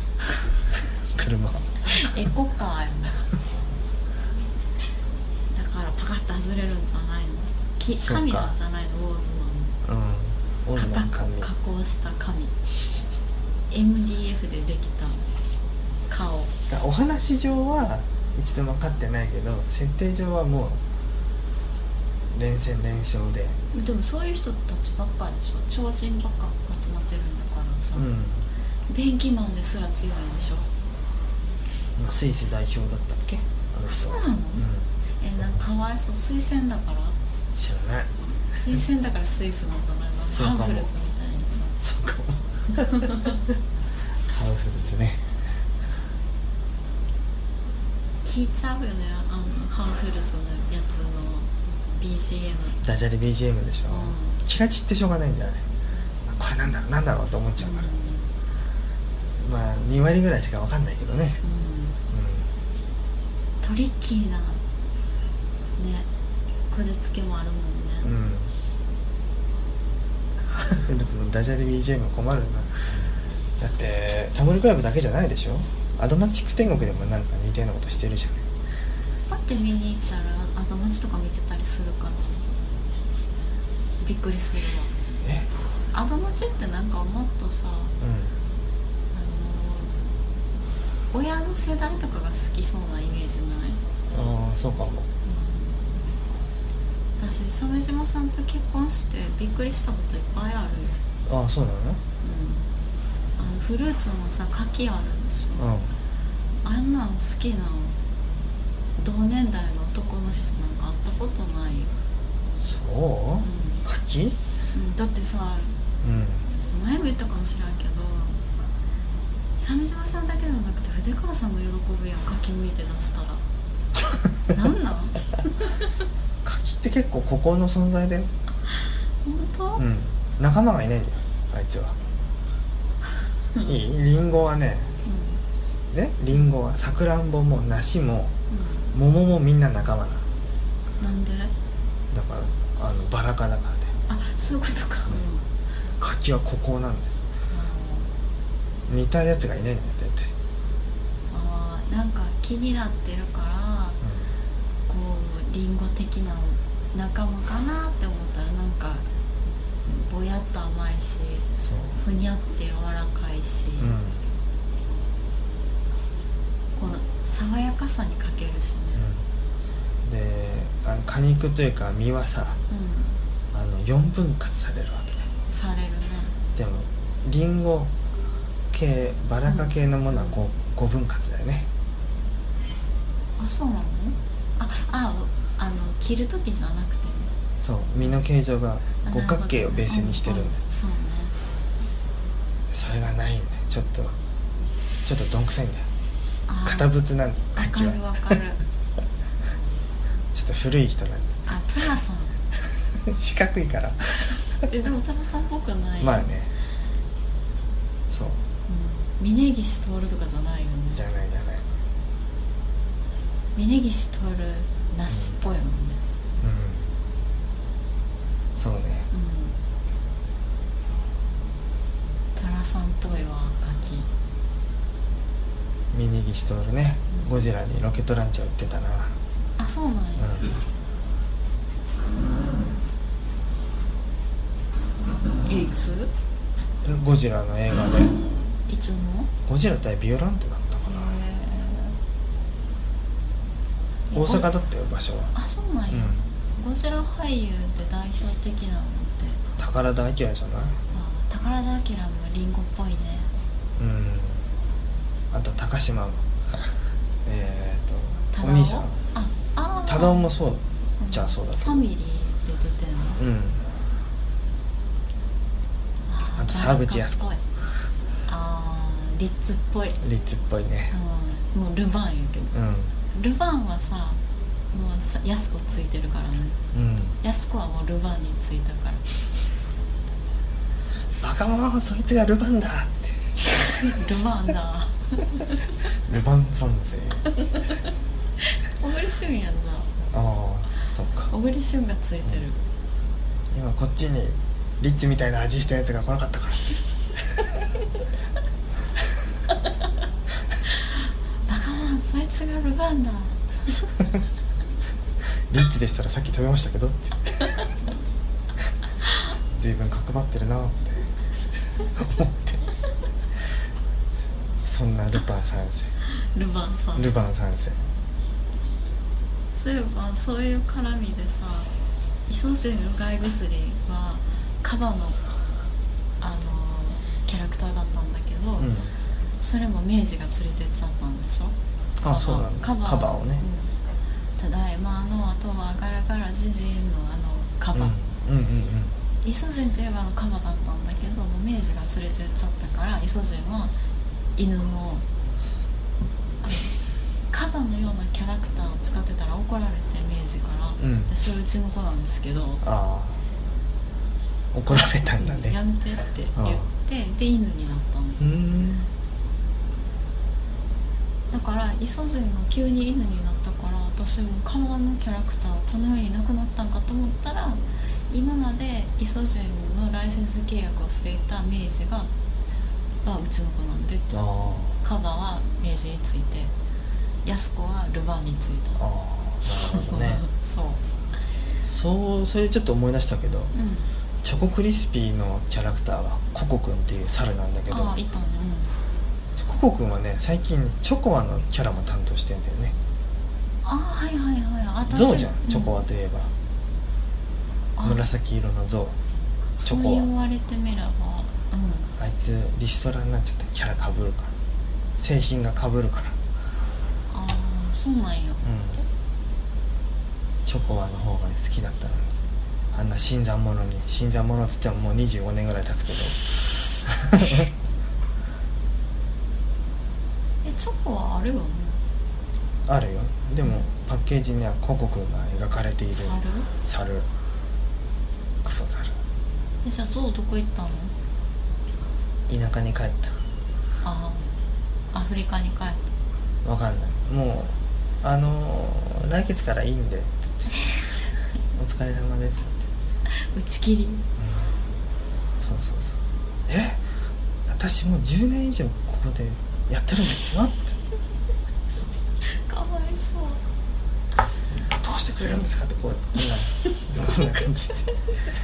S1: 車
S2: エコカーやねだからパカッと外れるんじゃないのき
S1: そうか
S2: 紙なんじゃないのウォーズ
S1: うんオズマ
S2: マン
S1: ン
S2: の
S1: か
S2: 硬く加工した紙 MDF でできた顔
S1: お話上は一度も勝ってないけど設定上はもう連戦連勝で
S2: でもそういう人たちばっかでしょ超人ばっか集まってるんだからさ、
S1: うん、
S2: 便器マンですら強いんでしょ
S1: まあ、スイス代表だったっけあの
S2: あ
S1: 人
S2: そう
S1: は
S2: なの、えーなんかかわいそう推薦だから
S1: うん知らない
S2: 推薦だからスイスなんじゃないの
S1: そう
S2: ハ
S1: か
S2: ン
S1: も
S2: フルズみたいにさ
S1: そうかもハウフルズね
S2: 聞いちゃうよねあのハンフルズのやつの BGM
S1: ダジャレ BGM でしょ、
S2: う
S1: 気が散ってしょうがないんだよあれあこれなんだろうなんだろうと思っちゃうから、まあ2割ぐらいしかわかんないけどね
S2: うん
S1: う
S2: トリッキーなねこじつけもあるもん
S1: んう
S2: ね、
S1: んハウフルズのダジャレ BGM 困るなだってタモリクラブだけじゃないでしょアドマチック天国でもなんか似たようなことしてるじゃん
S2: パッて見に行ったら後待ちとか見てたりするからびっくりする
S1: え
S2: わ後待ちってなんかもっと
S1: う
S2: さあの親の世代とかが好きそうなイメージない、
S1: んああそうかも
S2: 私鮫島さんと結婚してびっくりしたこといっぱいあるよ、
S1: ああそうなの
S2: うん、あのフルーツのさ柿あるでし
S1: う
S2: ょ、
S1: ん
S2: あんなん好きな同年代の男の人なんか会ったことないよ、
S1: そうう柿
S2: んうんだってさ
S1: うん
S2: その前も言ったかもしれんけど鮫島さんだけじゃなくて筆川さんも喜ぶやんかきむいて出したらなんなん本
S1: 柿って結構孤高の存在だよ
S2: 当、
S1: うん仲間がいないんだよあいつはいいリンゴはねねリンゴはさくらんぼも梨も
S2: う、
S1: 桃もみんな仲間なん
S2: なんで
S1: だからあのバラ科だからで
S2: あそういうことか、
S1: 柿は孤高なんだよ似たやつがいないんだよ大体、
S2: あーなんか気になってるからこうリンゴ的な仲間かなって思ったらなんかぼやっと甘いし
S1: うん、そう
S2: ふにゃって柔らかいし、
S1: うん
S2: この爽やかさに欠けるしね
S1: うんであの果肉というか実はさ
S2: うん、
S1: あの4分割されるわけね
S2: されるね
S1: でもリンゴ系バラ科系のものは 5, 5分割だよね
S2: あそうなのあああの着る時じゃなくてね
S1: そう実の形状が
S2: あ
S1: 五角形をベースにしてるん
S2: な
S1: だ
S2: ほ
S1: よ
S2: どねうんうんそうね
S1: それがないんだよちょっとちょっとどんくさいんだよ
S2: あー
S1: 堅物なんだよ
S2: わか
S1: 柿は
S2: るわかる
S1: ちょっと古い人なんだ
S2: あトラさん
S1: よ 四角いから
S2: えでもトラさんっぽくない
S1: まあねそう
S2: うん、峯岸徹とかじゃないよね
S1: じゃないじゃない
S2: 峯岸徹なしっぽいもんね
S1: うんそうね
S2: うん寅さんっぽいわガキ
S1: ミニギシトールね
S2: うん
S1: ゴジラにロケットランチャー売ってたな
S2: あそうなんや、
S1: う
S2: えいつ
S1: んゴジラの映画で
S2: いつの
S1: ゴジラ対ビオランテだったかな
S2: へー
S1: 大阪だったよ場所は
S2: あそうなん
S1: う
S2: や、
S1: ん
S2: ゴジラ俳優で代表的なのって
S1: 宝田明じゃない
S2: あ宝田明もリンゴっぽいね
S1: うんあと高島 もえー、
S2: 忠
S1: と
S2: 雄
S1: お兄さん
S2: ああー
S1: 多田もそうじゃあそうだけ
S2: フ
S1: ど
S2: ァミリーで出てんの
S1: うん
S2: あ
S1: あと沢口靖子
S2: あーリッツっぽい、
S1: リッツっぽいね
S2: うん、もうルヴァンやけど
S1: うん
S2: ルヴァンはさもうさ靖子ついてるからね
S1: うん
S2: 靖子はもうルヴァンについた から
S1: バカ者そいつがルパンだって
S2: ルヴァンだ
S1: ルパン三世
S2: 小栗旬やんじゃあ
S1: ああそっか
S2: 小栗旬がついてる
S1: 今こっちにリッツみたいな味したやつが来なか ったから
S2: バカマンそいつがルヴァンだ
S1: リッチでしたらさっき食べましたけど って随分角張ってるなって思ってそんなルパン三世
S2: ルヴァンさん
S1: ルパン三世
S2: そういえばそういう絡みでさイソジンうがい薬はカバのあのキャラクターだったんだけど、
S1: うん
S2: それも明治が連れてっちゃったんでしょ
S1: あそうなんだ
S2: カバー
S1: カバーをね、
S2: うんただいまのあとはガラガラジジンのあのカ
S1: うん、
S2: バ、
S1: うんうん
S2: イソジンといえばあのカバだったんだけどもう明治が連れてっちゃったからイソジンは犬もあのカバのようなキャラクターを使ってたら怒られて明治から、
S1: うん
S2: でそれうちの子なんですけど
S1: ああ怒られたんだ
S2: や
S1: ね
S2: めてって言ってで犬になったの
S1: うん
S2: だからイソジンが急に犬になったから私もカバのキャラクターはこの世になくなったんかと思ったら今までイソジンのライセンス契約をしていた明治ががうちの子なんでって
S1: ああ
S2: カバは明治について安子はルヴァンについた
S1: ああなるほど ね
S2: そう
S1: そうそれでちょっと思い出したけど
S2: うん
S1: チョコクリスピーのキャラクターがココくんっていう猿なんだけど
S2: ああいたねうん
S1: ココくんはね最近チョコアのキャラも担当してんだよね
S2: ああはいはいはい私
S1: ゾウじゃんチョコ
S2: は
S1: アといえば、
S2: あ
S1: 紫色のゾウチョ
S2: そう
S1: コ
S2: 言われてみればうん
S1: アあいつリストラになっちゃったキャラかぶるから製品がかぶるから
S2: ああそうなんや
S1: うんチョコアの方が好きだったのにあんな新参者に新参者っつってももう25年ぐらい経つけど
S2: えチョコはあるよね
S1: あるよでもパッケージにはココくんが描かれている
S2: 猿
S1: 猿クソ猿
S2: えじゃあゾウどこ行ったの
S1: 田舎に帰った
S2: ああアフリカに帰った
S1: わかんないもうあのー来月からいいんで って言ってお疲れ様ですって、
S2: 打ち切り
S1: うん、そうそうそうえ私もう10年以上ここでやってるんですよって
S2: かわいそう
S1: どうしてくれるんですかってこうこんなこんな感じで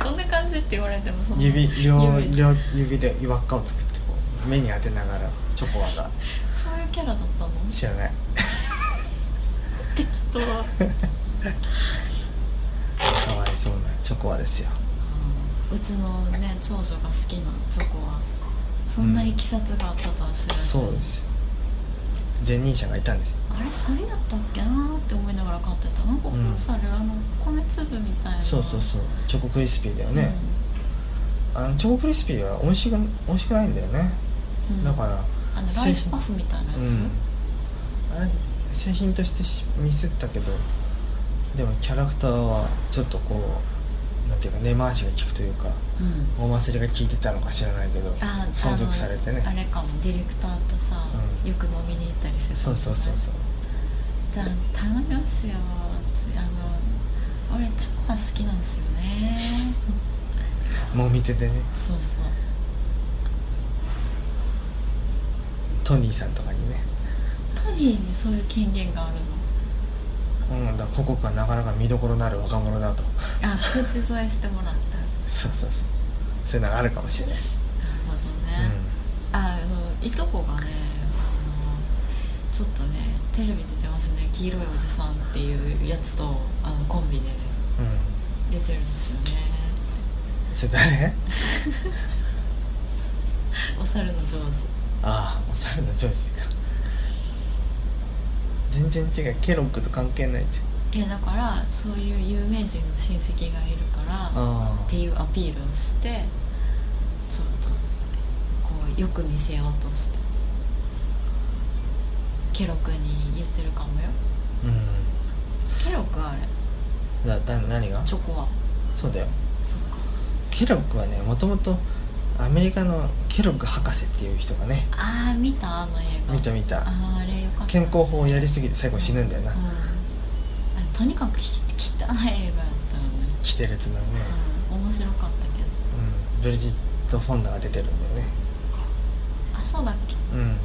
S2: こんな感じって言われてもその
S1: 指両
S2: 指
S1: 両指で輪っかを作ってこう目に当てながらチョコワが
S2: そういうキャラだったの
S1: 知らない
S2: 適当
S1: かわいそうなチョコワですよ
S2: うちのね長女が好きなチョコはそんないきさつがあったとは知らず、
S1: そうですよ前任者がいたんですよ
S2: あれ猿やったっけなーって思いながら買ってたなんかこ
S1: うん
S2: の猿、あの米粒みたいな
S1: そうそうそうチョコクリスピーだよね、あのチョコクリスピーは美味しく美味しくないんだよね、
S2: うん、うん
S1: だから
S2: あのライスパフみたいな
S1: う
S2: やつ、
S1: んあれ製品としてしミスったけどでもキャラクターはちょっとこうなんていうか根回しが効くというか
S2: うん
S1: お祭りが効いてたのか知らないけど
S2: あー
S1: 存続されてね
S2: あのあれかもディレクターとさ、
S1: うん
S2: よく飲みに行ったりしてた
S1: そうそうそうそう
S2: だ頼みますよつあの俺チョコが好きなんですよね
S1: もみ手でね
S2: そうそう
S1: トニーさんとかにね
S2: トニーにそういう権限があるの
S1: うんだからここがなかなか見どころのある若者だと
S2: あ口添えしてもらったなる
S1: そうそうそうそういうのがあるかもしれないです、
S2: ほど
S1: う
S2: ね、ああのいとこがねあのちょっとねテレビ出てますね黄色いおじさんっていうやつとあのコンビで
S1: んうん
S2: 出てるんですよね
S1: それ誰
S2: お猿の上手
S1: ああお猿の上司か全然違うケロッグと関係ないじ
S2: いやだからそういう有名人の親戚がいるから
S1: ゃんあ
S2: っていうアピールをしてちょっとこうよく見せようとしたケロクに言ってるかもよ
S1: うん
S2: ケロクあれ
S1: だだ何が
S2: チョコは
S1: そうだよ
S2: そっか
S1: ケロッグはねもともとアメリカのケロッグ博士っていう人がね
S2: ああ見たあの映画
S1: 見た見た
S2: あーあれよかった
S1: 健康法をやりすぎて最後死ぬんだよな
S2: うんあとにかくき汚い映画やったよね、
S1: 着てるやつのね、
S2: うん、面白かったけど
S1: うん、ブリジット・フォンダが出てるんだよね
S2: あそうだっけ
S1: うん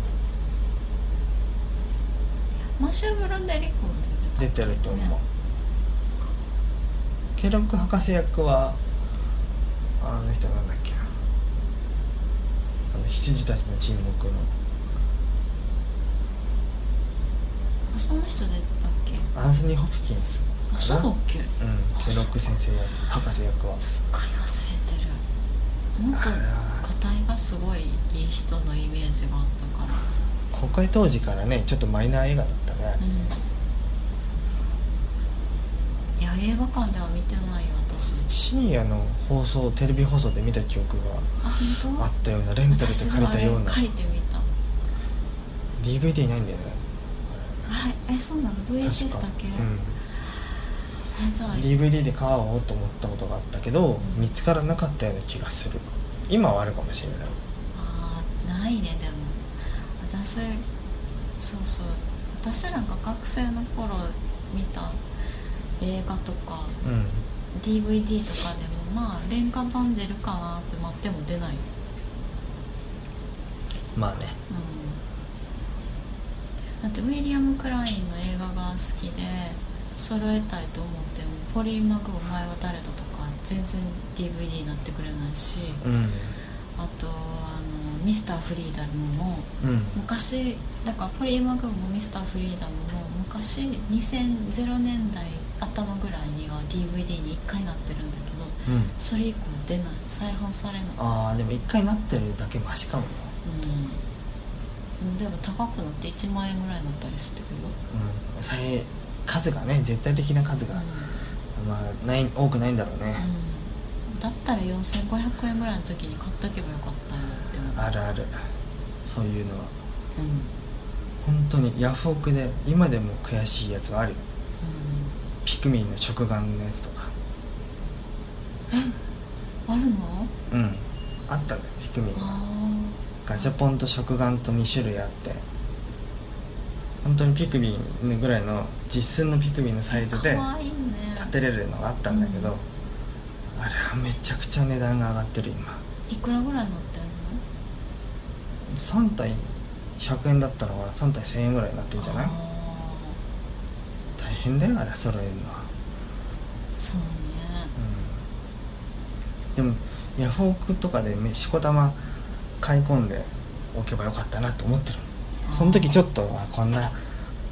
S2: マシュー・ブロンデリックも出
S1: 出
S2: てた
S1: てると思う
S2: ね
S1: ケロッグ博士役はあの人なんだっけなあの羊たちの沈黙の
S2: あそんな人出てたっけ
S1: アンソニー・ホプキンス
S2: あ
S1: か
S2: そ
S1: な
S2: うだっけ
S1: うんでロック先生や博士役は
S2: すっかり忘れてるもっと
S1: あら
S2: 個体がすごいいい人のイメージがあったから
S1: 公開当時からねちょっとマイナー映画だったね、
S2: うんいや映画館では見てないよ私
S1: 深夜の放送テレビ放送で見た記憶
S2: あ本当
S1: があったようなレンタルで借りたような
S2: 私もあれ借りてみた
S1: DVD ないんだよね
S2: はいえそうなの VHS だけ、
S1: う
S2: えじゃあ
S1: ん、DVD で買おうと思ったことがあったけど見つからなかったような気がする今はあるかもしれない
S2: あーないねでも私そうそう私らが学生の頃見た映画とか
S1: うん
S2: DVD とかでもまあ廉価版出るかなって待っても出ない、
S1: まあね
S2: うん、だってウィリアム・クラインの映画が好きで揃えたいと思ってもポリー・マグお前は誰だとか全然 DVD になってくれないし
S1: うん
S2: あとあのミスター・フリーダムも
S1: うん
S2: 昔だからポリーマグもミスターフリーダムも昔2000年代頭ぐらいには DVD に1回なってるんだけど
S1: うん
S2: それ以降出ない再販されない
S1: ああでも一回なってるだけマシかもな
S2: うんでも高くなって1万円ぐらいになったりしてるよ、
S1: うんさえ数がね絶対的な数
S2: う
S1: が、
S2: ん
S1: まあない多くないんだろうね、
S2: うん、だったら4500円ぐらいの時に買っとけばよかったよって思う
S1: あるあるそういうのは
S2: うん、うん、
S1: 本当にヤフオクで今でも悔しいやつはあるよピクミンの食玩のやつとか
S2: あるの
S1: うんあったんだよピクミンが
S2: あ
S1: ガシャポンと食玩と2種類あって本当にピクミンぐらいの実寸のピクミンのサイ
S2: あ
S1: ズ
S2: か
S1: で
S2: わいいね
S1: 立てれるのがあったんだけど、
S2: うん
S1: あれはめちゃくちゃ値段が上がってる今
S2: いくらぐらいになってんの
S1: 3体100円だったのが3体1000円ぐらいになってんじゃない
S2: あ
S1: 大変だよあれ揃えるのは
S2: ーそうね
S1: うんでもヤフオクとかでねしこたま買い込んでおけばよかったなと思ってるその時ちょっとあこんな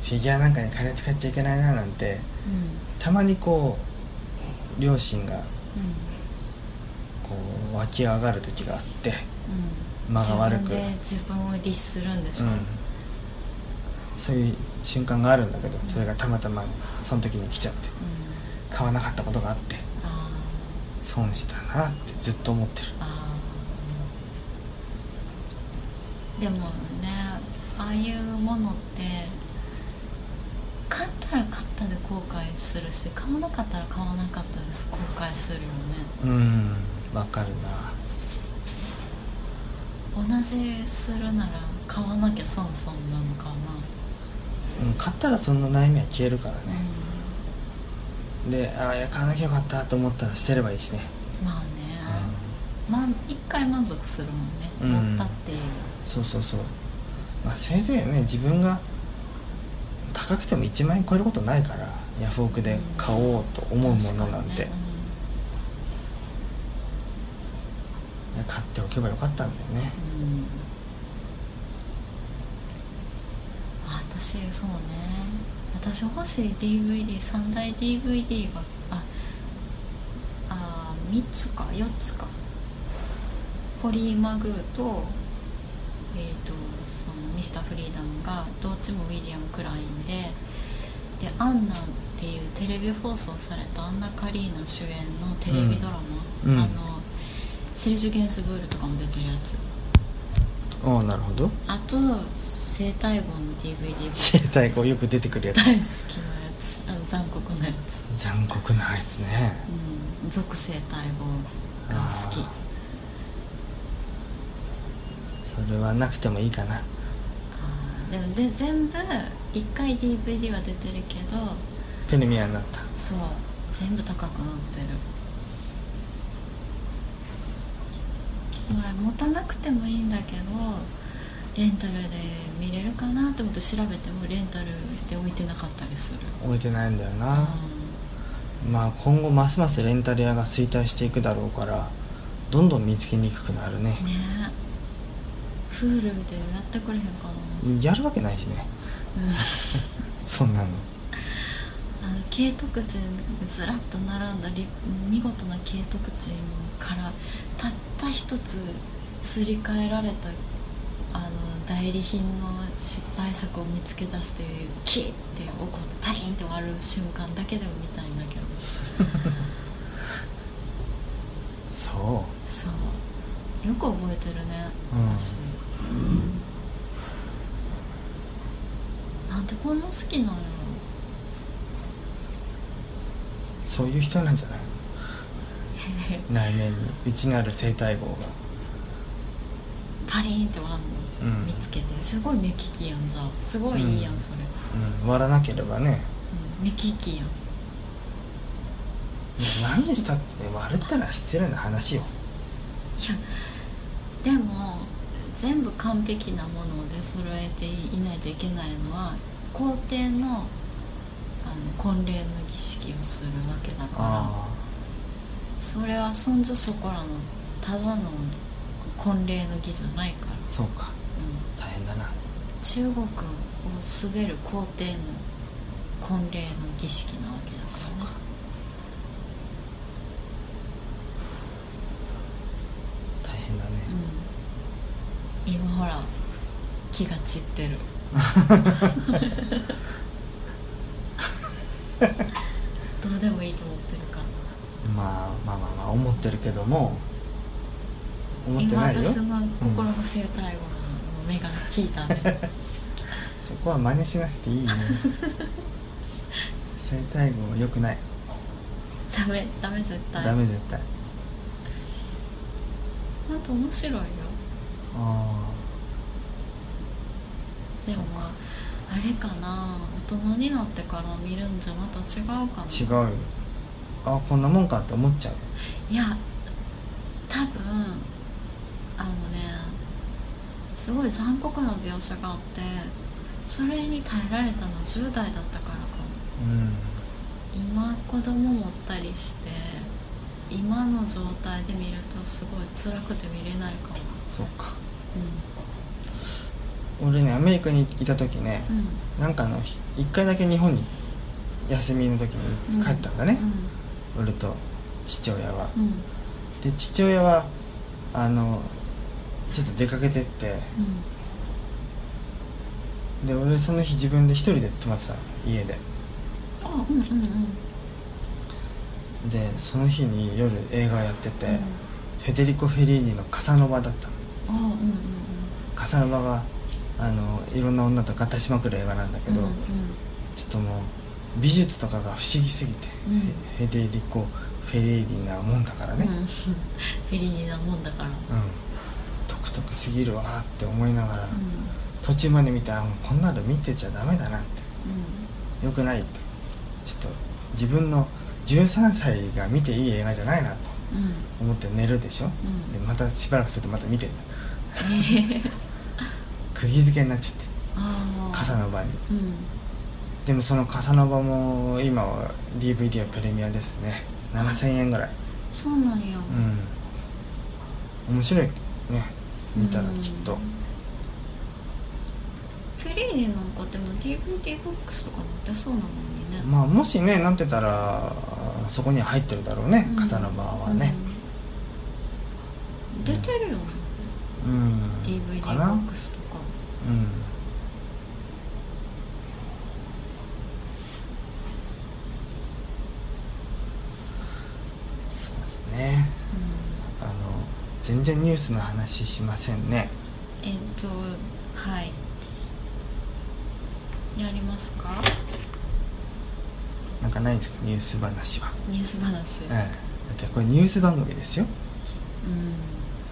S1: フィギュアなんかに金使っちゃいけないななんて
S2: うん
S1: たまにこう両親が
S2: うん
S1: こう湧き上がる時があって
S2: うん
S1: 間が悪く
S2: 自分で自分を律するんでし
S1: う
S2: ょ、
S1: んそういう瞬間があるんだけどそれがたまたまその時に来ちゃって買わなかったことがあって
S2: あ
S1: 損したなってずっと思ってる
S2: ーあーでもねああいうものって買ったら買ったで後悔するし買わなかったら買わなかったです後悔するよね
S1: うんわかるな
S2: 同じするなら買わなきゃ損損なのかな、
S1: うん買ったらその悩みは消えるからね、
S2: う
S1: でああいや買わなきゃよかったと思ったら捨てればいいしね、
S2: ん、まあね、まん一回満足するもんね、
S1: うん
S2: 持ったっていう
S1: そうそうそうまあせいぜいね自分が高くても1万円超えることないからヤフオクで買おうと思うものなんて、
S2: 確かにね
S1: 買っておけばよかったんだよね
S2: うんうんあ私そうね私欲しい DVD3 大 DVD がああ3つか4つかポリマグとえっ、とそのミスターフリーダムがどっちもウィリアム・クラインでで「アンナ」っていうテレビ放送されたアンナ・カリーナ主演のテレビドラマ、
S1: うんうん
S2: あのセルジュ・ゲンスブールとかも出てるやつ
S1: ああなるほど
S2: あと生体号の DVD
S1: 生態後よく出てくるやつ
S2: 大好きなやつあの残酷なやつ
S1: 残酷なあいつね
S2: うん属生体号が好き
S1: あそれはなくてもいいかな
S2: あーでもで全部1回 DVD は出てるけど
S1: ペルミアになった
S2: そう全部高くなってるまあ持たなくてもいいんだけどレンタルで見れるかなと思って調べてもレンタルで置いてなかったりする
S1: 置いてないんだよな、まあ今後ますますレンタル屋が衰退していくだろうからどんどん見つけにくくなるね
S2: うんねえ Hulu でやってくれへんか な
S1: やるわけないしね
S2: うん
S1: そんなの
S2: ああの景徳鎮ずらっと並んだり見事な景徳鎮からたった一つすり替えられたあの代理品の失敗作を見つけ出してキーって怒ってパリンって割る瞬間だけでも見たいんだけど
S1: そ
S2: そうよく覚えてるね、
S1: うん
S2: 私なんでこんな好きなんやろ
S1: うそういう人なんじゃない内面に内なる生態号が
S2: パリンって割るの、
S1: うん
S2: 見つけてすごい目利きやんじゃあすごいいいやんそれ、
S1: うん割らなければね
S2: うん、目利きやん
S1: いや何したって割れたら失礼な話よ
S2: いやでも全部完璧なもので揃えていないといけないのは皇帝のあの婚礼の儀式をするわけだから
S1: あ
S2: それはそんじょそこらのただの婚礼の儀じゃないから、
S1: あそうか
S2: うん、
S1: 大変だな
S2: 中国を滑る皇帝の婚礼の儀式なわけだからね
S1: 大変だね、
S2: うん、今ほら気が散ってるどうでもいいと思ってるから
S1: まあまあまあまあ思ってるけども思って
S2: 今
S1: ないよ
S2: 私
S1: そ
S2: の心の生態を目が効いたね
S1: こは真似しなくていいね生態号良くない
S2: ダメダメ絶対
S1: ダメ絶対
S2: あと面白いよ
S1: あ
S2: でもまああれかな大人になってから見るんじゃまた違うかな
S1: あ違うよあこんなもんかって思っちゃうよ
S2: いや多分あのねすごい残酷な描写があってそれに耐えられたのは10代だったからかも
S1: うん
S2: 今子供持ったりして今の状態で見るとすごい辛くて見れないかも
S1: そっか俺ねアメリカにいた時ね、
S2: うん
S1: なんかあの一回だけ日本に休みの時に帰ったんだね、俺と父親は
S2: うんうん
S1: で父親はあのちょっと出かけてって
S2: うん
S1: で俺その日自分で一人で泊まってたの家で
S2: あうんうんうん
S1: でその日に夜映画をやってて、
S2: うん
S1: フェデリコ・フェリーニの「カサノバ」だったの
S2: あうんうんうん
S1: カサノバがあのいろんな女と合体しまくる映画なんだけど、
S2: うんうん
S1: ちょっともう美術とかが不思議すぎて、
S2: うん
S1: フェデリコ・フェリーニなもんだから
S2: うん
S1: ね、
S2: フェリーニなもんだから
S1: うん独特すぎるわーって思いながら、
S2: うん
S1: 途中まで見たらもうこんなの見てちゃダメだなって良くないってちょっと自分の13歳が見ていい映画じゃないなと
S2: うんうん
S1: 思って寝るでしょ、
S2: ん
S1: でまたしばらくするとまた 見てんだ釘付けになっちゃって
S2: ああ
S1: 傘の場に
S2: うん
S1: でもその傘の場も今は DVD はプレミアですね7000円ぐらい
S2: そうなんや、
S1: うん面白いね見たらきっと、
S2: うんフェリーニなんかでも DVD ボックスとか持ってそうなのにね、
S1: まあもしねなってたらそこには入ってるだろうね、
S2: うん
S1: 傘の場はね、
S2: うん出てるよね、
S1: うん
S2: DVD ボ
S1: かな
S2: ックスとか
S1: うんそうですね
S2: うん
S1: あの全然ニュースの話しませんね
S2: えっとはいやりますか
S1: なんかないんですかニュース話は、
S2: ニュース話、
S1: ええだってこれニュース番組ですよ
S2: うん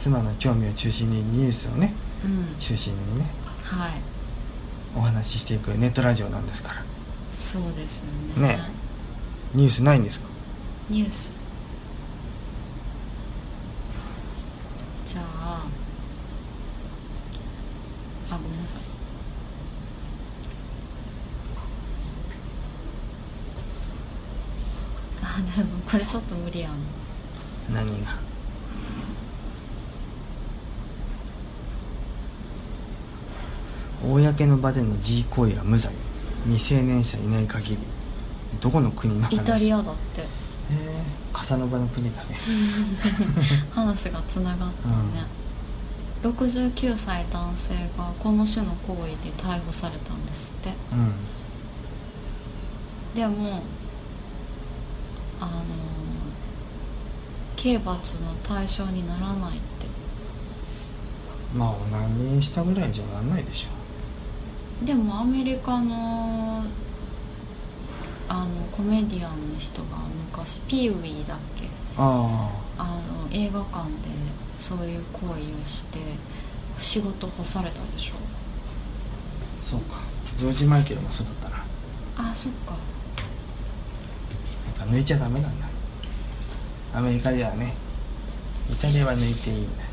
S1: 妻の興味を中心にニュースをね
S2: うん
S1: 中心にね
S2: はい
S1: お話ししていくネットラジオなんですから
S2: そうですよね
S1: ねニュースないんですか
S2: ニュースじゃああごめんなさいあでもこれちょっと無理やん
S1: 何が公の場での G 行為は無罪未成年者いない限りどこの国の話
S2: イタリ
S1: へ
S2: アだって
S1: えカサノバの国だね
S2: 話がつながったね、69歳男性がこの種の行為で逮捕されたんですって
S1: うん
S2: でもあの刑罰の対象にならないって
S1: まあ何年したぐらいじゃなんないでしょ
S2: でもアメリカのあのコメディアンの人が昔ピーウィーだっけ
S1: あ
S2: あの映画館でそういう行為をして仕事干されたでしょ
S1: あそうかジョージ・マイケルもそうだったなや
S2: あそっか
S1: っぱ抜いちゃダメなんだアメリカではねイタリアは抜いていいんだ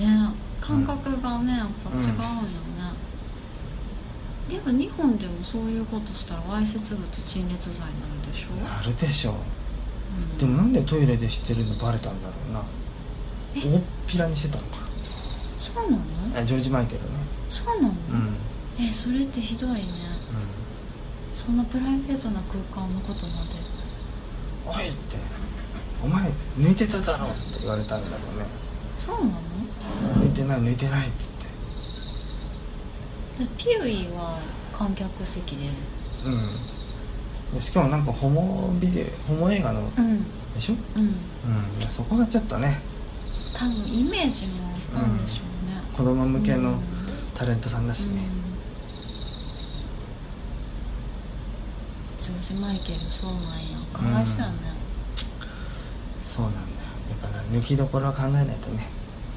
S2: うんね感覚がねやっぱ違うよね、でも日本でもそういうことしたらわいせつ物陳列罪になるでしょ、
S1: なるでしょ
S2: うん
S1: でもなんでトイレでしてるのバレたんだろうな大っぴらにしてたのか
S2: そうなの
S1: なあジョージ・マイケルね
S2: そうなの、
S1: うん
S2: えそれってひどいね
S1: う
S2: そんなプライベートな空間のことま
S1: ん
S2: で
S1: おいってお前抜いてただろって言われたんだろうね
S2: そうなの
S1: 抜いてない抜いてないっつっ
S2: でピウイは観客席で
S1: てうんでしかもなんかホモビデオホモ映画の
S2: うん
S1: でしょ
S2: うん
S1: うんいやそこがちょっとね
S2: 多分イメージもあったんでしょうね、
S1: 子供向け
S2: うん
S1: のタレントさんだしね
S2: うんジョージ・マイケルそうなんやかわいそうやね、
S1: そうなんだよやっぱな抜きどころは考えないとね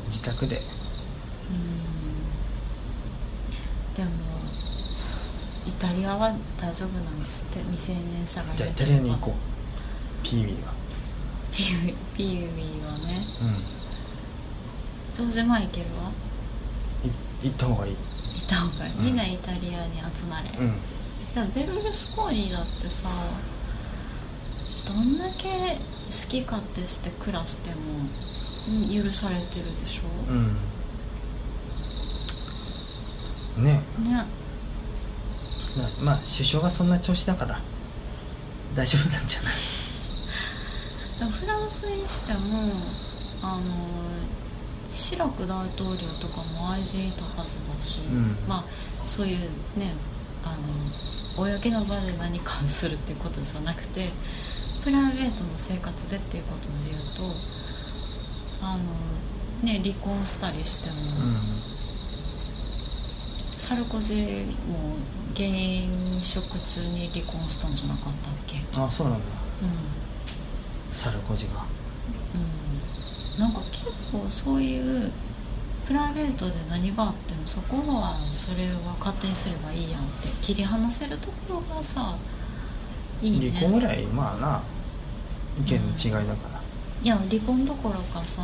S1: 自宅で
S2: うんでもイタリアは大丈夫なんですって未成年者がい
S1: じゃあイ
S2: る
S1: タリアに行こうピーウィーは
S2: ピーウィピーウィはね
S1: うん
S2: ジョージ・マイケルはい
S1: 行った方がいい
S2: いた方がいい
S1: うん
S2: みんなイタリアに集まれ、
S1: うん
S2: だからベルルスコーニだってさどんだけ好き勝手して暮らしてもうん許されてるでしょ、
S1: うんね
S2: ね
S1: えなまあ首相がそんな調子だから大丈夫なんじゃない
S2: でもフランスにしてもあのシラク大統領とかも愛人いたはずだし、
S1: ん
S2: まあそういうねあの公の場で何かをするっていうことじゃなくてプライベートの生活でっていうことで言うとあのね離婚したりしても、
S1: うん
S2: サルコジも現職中に離婚したんじゃなかったっけ
S1: あそうなんだ
S2: うん
S1: サルコジが
S2: うんなんか結構そういうプライベートで何があってもそこはそれは勝手にすればいいやんって切り離せるところがさいいね
S1: 離婚ぐらいまあな意見の違いだから
S2: いや離婚どころかさ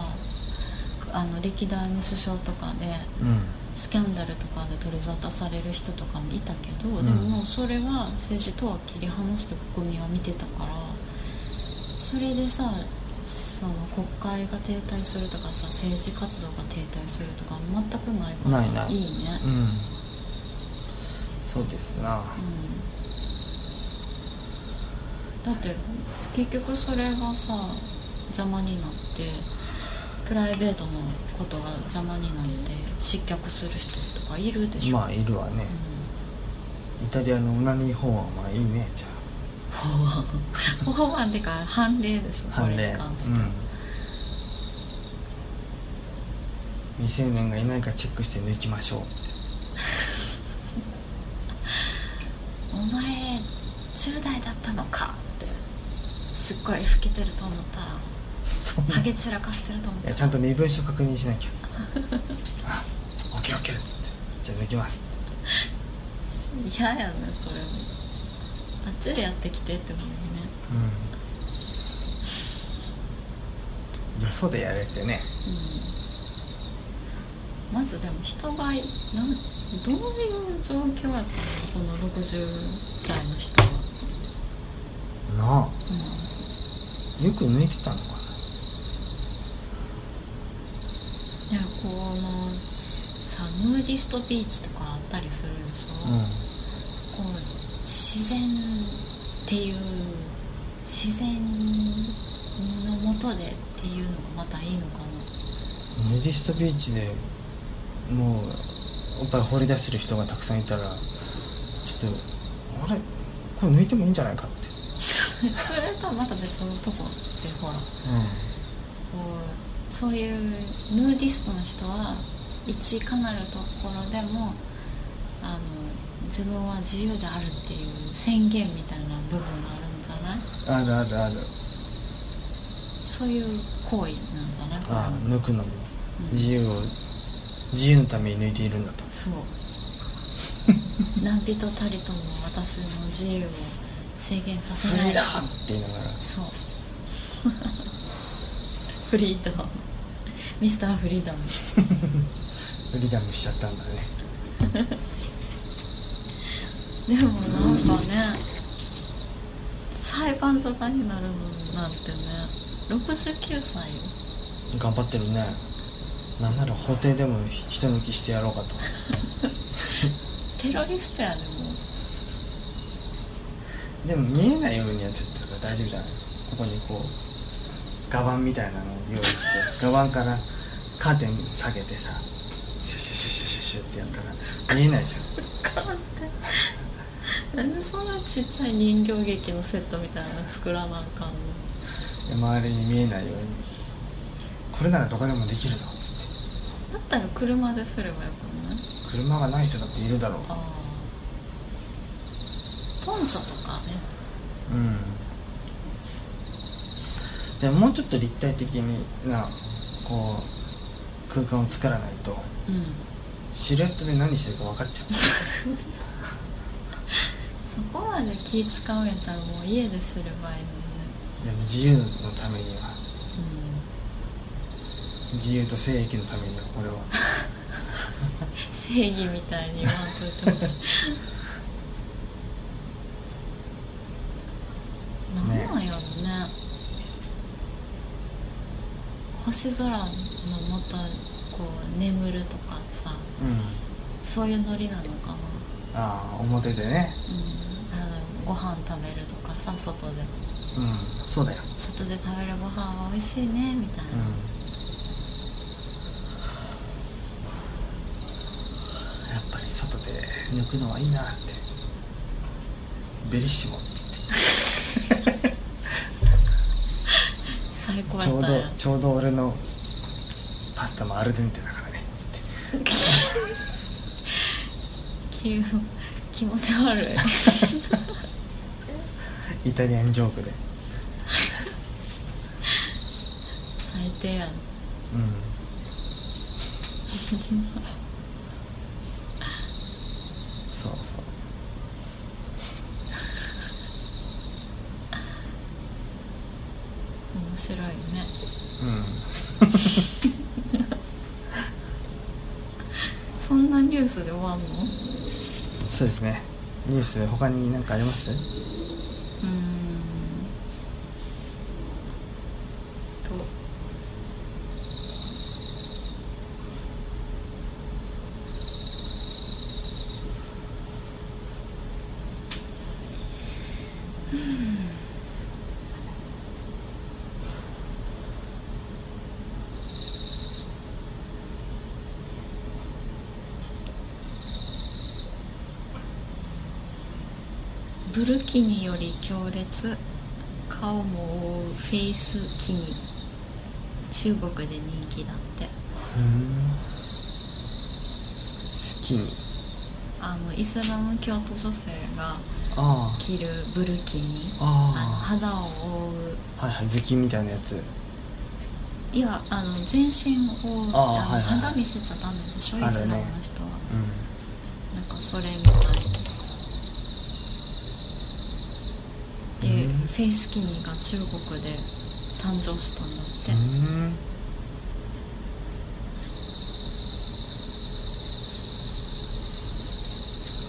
S2: あの歴代の首相とかで
S1: うん
S2: スキャンダルとかで取り沙汰される人とかもいたけど、
S1: ん
S2: でももうそれは政治とは切り離して国民は見てたからそれでさその国会が停滞するとかさ政治活動が停滞するとか全くないから
S1: ないない
S2: いね
S1: う、んそうですな
S2: うん、だって結局それがさ邪魔になってプライベートのことが邪魔になって失脚する人とかいるでしょ、
S1: まあいるわね
S2: うん
S1: イタリアのオナニー法案はいいねじゃ
S2: 法案法案ってか判例でしょ
S1: あ
S2: こ
S1: 判
S2: れに
S1: 例
S2: 関
S1: う
S2: して、
S1: ん未成年がいないかチェックして抜きましょうって
S2: お前10代だったのかってすっごい老けてると思ったら
S1: そんな
S2: ハゲ散らかしてると思っ
S1: い
S2: た
S1: や
S2: ら
S1: ちゃんと身分証確認しな きゃあオッケーオッケーっつってじゃあ抜きます
S2: 嫌やねそれもあっちでやってきてって思うね
S1: うんよそでやれってね
S2: うんまずでも人がいなんどういう状況やったのこの60代の人は、
S1: な
S2: うん、
S1: あよく抜いてたのか
S2: いやこのさヌーディストビーチとかあったりするでしょ、
S1: なうん
S2: こう自然っていう自然のもとでっていうのがまたいいのか
S1: ヌーディストビーチでもうおっぱい放り出してる人がたくさんいたらちょっとあれこれ抜いてもいいんじゃないかって
S2: な それとはまた別のとこでほらこうそういうヌーディストの人は一かなるところでもあの自分は自由であるっていう宣言みたいな部分があるんじゃない
S1: うんあるあるある
S2: そういう行為なんじゃないこれも
S1: ああ抜くのも
S2: うん
S1: 自由を自由のために抜いているんだと
S2: そう何人たりとも私の自由を制限させ
S1: フ
S2: な
S1: リー
S2: い
S1: だって言いながら
S2: そう フリーダムミスターフリーダム
S1: フリーダムしちゃったんだね
S2: でもなんかね裁判沙汰になるのなんてね69歳よ
S1: 頑張ってるねなんなら法廷でも人抜きしてやろうかと
S2: テロリストやでも
S1: でも見えないようにやってたから大丈夫じゃないここにこう画板みたいなのを用意して画板からカーテン下げてさシュシュシュシュシュシュってやったら見えないじゃん
S2: なんでそんなちっちゃい人形劇のセットみたいなの作らなあかんの
S1: で周りに見えないようにこれならどこでもできるぞっつって
S2: だったら車ですればよくない
S1: 車がない人だっているだろう
S2: あーポンチョとかね
S1: うんでももうちょっと立体的なこう空間を作らないと
S2: うん
S1: シルエットで何してるか分かっちゃう
S2: そこまで気使うんやったらもう家ですればいい
S1: でも自由のためには
S2: のにね
S1: 自由と正義のためにはこ れは
S2: うん正義みたいに言わんといてほしいなんなんやろね星空のもとこう眠るとかさ
S1: うん
S2: そういうノリなのかな
S1: ああ表でね
S2: うんあのご飯食べるとかさ外で
S1: うんそうだよ
S2: 外で食べるご飯は美味しいねみたいな、
S1: うんやっぱり外で抜くのはいいなってベリッシモっつって
S2: 最高や
S1: ちょ
S2: っ
S1: う
S2: たん
S1: ど
S2: や
S1: ちょうど俺のパスタもアルデンテだからねつって
S2: 気気持ち悪い
S1: イタリアンジョークで
S2: 最低やん
S1: うんそうそう
S2: 面白いね
S1: うん
S2: そんなニュースで終わんの
S1: そうですねニュース他に何かあります
S2: うーんとブルキニより強烈顔も覆うフェイスキニ中国で人気だって
S1: うんスキニー
S2: あのイスラム教徒女性が
S1: あ
S2: 着るブルキニ
S1: あ
S2: あの
S1: あ
S2: 肌を覆
S1: あはいはい頭巾みたいなやつ
S2: ういやあの全身を覆うって
S1: あ
S2: あの
S1: はいはい
S2: 肌見せちゃダメでしょ、
S1: ある
S2: イ
S1: ね
S2: スラムの人は
S1: う
S2: なんかそれみたいで、
S1: うん
S2: フェイスキニが中国で誕生したんだって、
S1: ん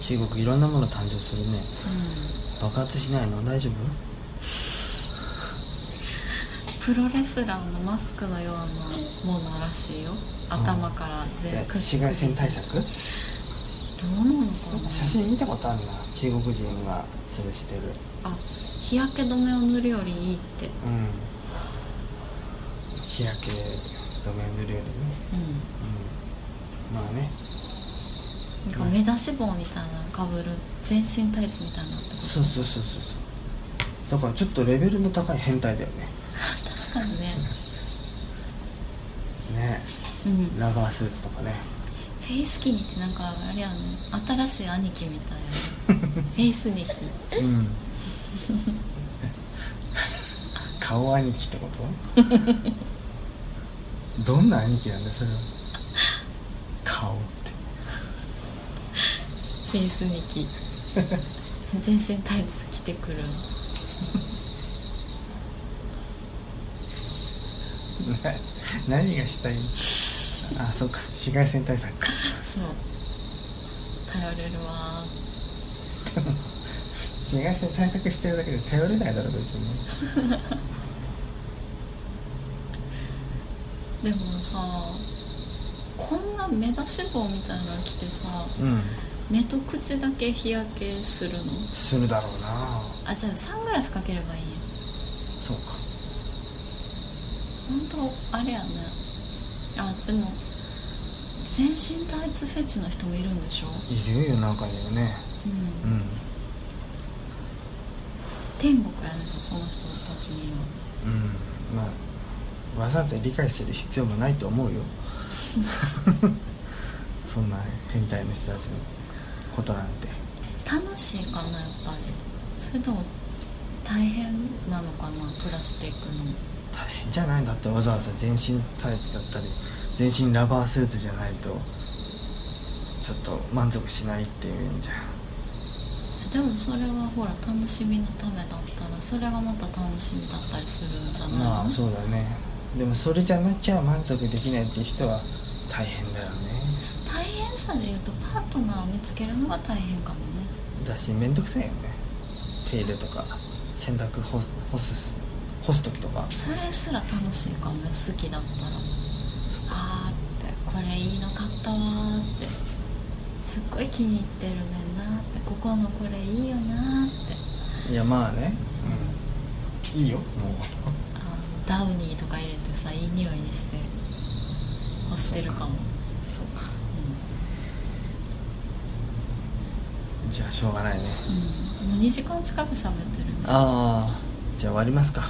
S1: 中国いろんなもの誕生するね
S2: うん
S1: 爆発しないの大丈夫
S2: プロレスラーのマスクのようなものらしいよ頭から全
S1: 紫外線対策
S2: どうなのかな
S1: 写真見たことあるな中国人がそれしてる
S2: あ日焼け止めを塗るよりいいって
S1: うん日焼け止め塗るよりね
S2: うん
S1: うんまあね
S2: なんか目出し帽みたいなのかぶる全身タイツみたいなのってこと
S1: そうそうそうそうそうだからちょっとレベルの高い変態だよね
S2: 確かにね
S1: ね
S2: うんフ
S1: ラバースーツとかね
S2: ェイスキニってなんかあれやね新しい兄貴みたいなフェイスニキ
S1: うん 顔兄貴ってこと どんな兄貴なんだよそれは顔って
S2: フェイスニキ全身タイツ着てくる
S1: な何がしたいのあそうか紫外線対策か
S2: そう頼れるわ
S1: 紫外線対策してるだけで頼れないだろ別に
S2: でもさこんな目出し帽みたいなの着てさ
S1: うん
S2: 目と口だけ日焼けするの
S1: するだろうな
S2: あじゃあサングラスかければいいや
S1: そうか
S2: 本当あれやねあでも全身タイツフェチの人もいるんでしょ、
S1: いるよ中にはね
S2: うん
S1: うん
S2: 天国やねそその人たちには
S1: うんまあわざわざ理解する必要もないと思 うよそんな変態の人たちのことなんて
S2: 楽しいかなやっぱりそれとも大変なのかな暮らしていくの
S1: 大変じゃないだってわざわざ全身タイツだったり全身ラバースーツじゃないとちょっと満足しないっていうんじゃん
S2: でもそれはほら楽しみのためだったらそれがまた楽しみだったりするんじゃないの、
S1: まあそうだねでもそれじゃなきゃ満足できないっていう人は大変だよね
S2: 大変さでいうとパートナーを見つけるのが大変かもね
S1: だし面倒くさいよね手入れとか洗濯干す干す干す時とか
S2: それすら楽しいかもよ好きだったらあーってこれいいの買ったわーってすっごい気に入ってるねんなーってここのこれいいよなーって
S1: いやまあね、うん、いいよも
S2: あのダウニーとか入れてさいい匂いにして干してるかも
S1: う そうかじゃあしょうがないね
S2: うん、うん、もう2時間近く喋ってるねは
S1: ああじゃあ終わりますか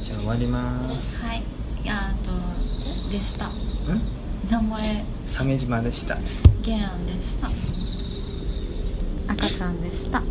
S2: い
S1: じゃあ終わります
S2: はいいやーとでした
S1: うん
S2: 名前
S1: 鮫島でした
S2: ゲアンでした赤ちゃんでした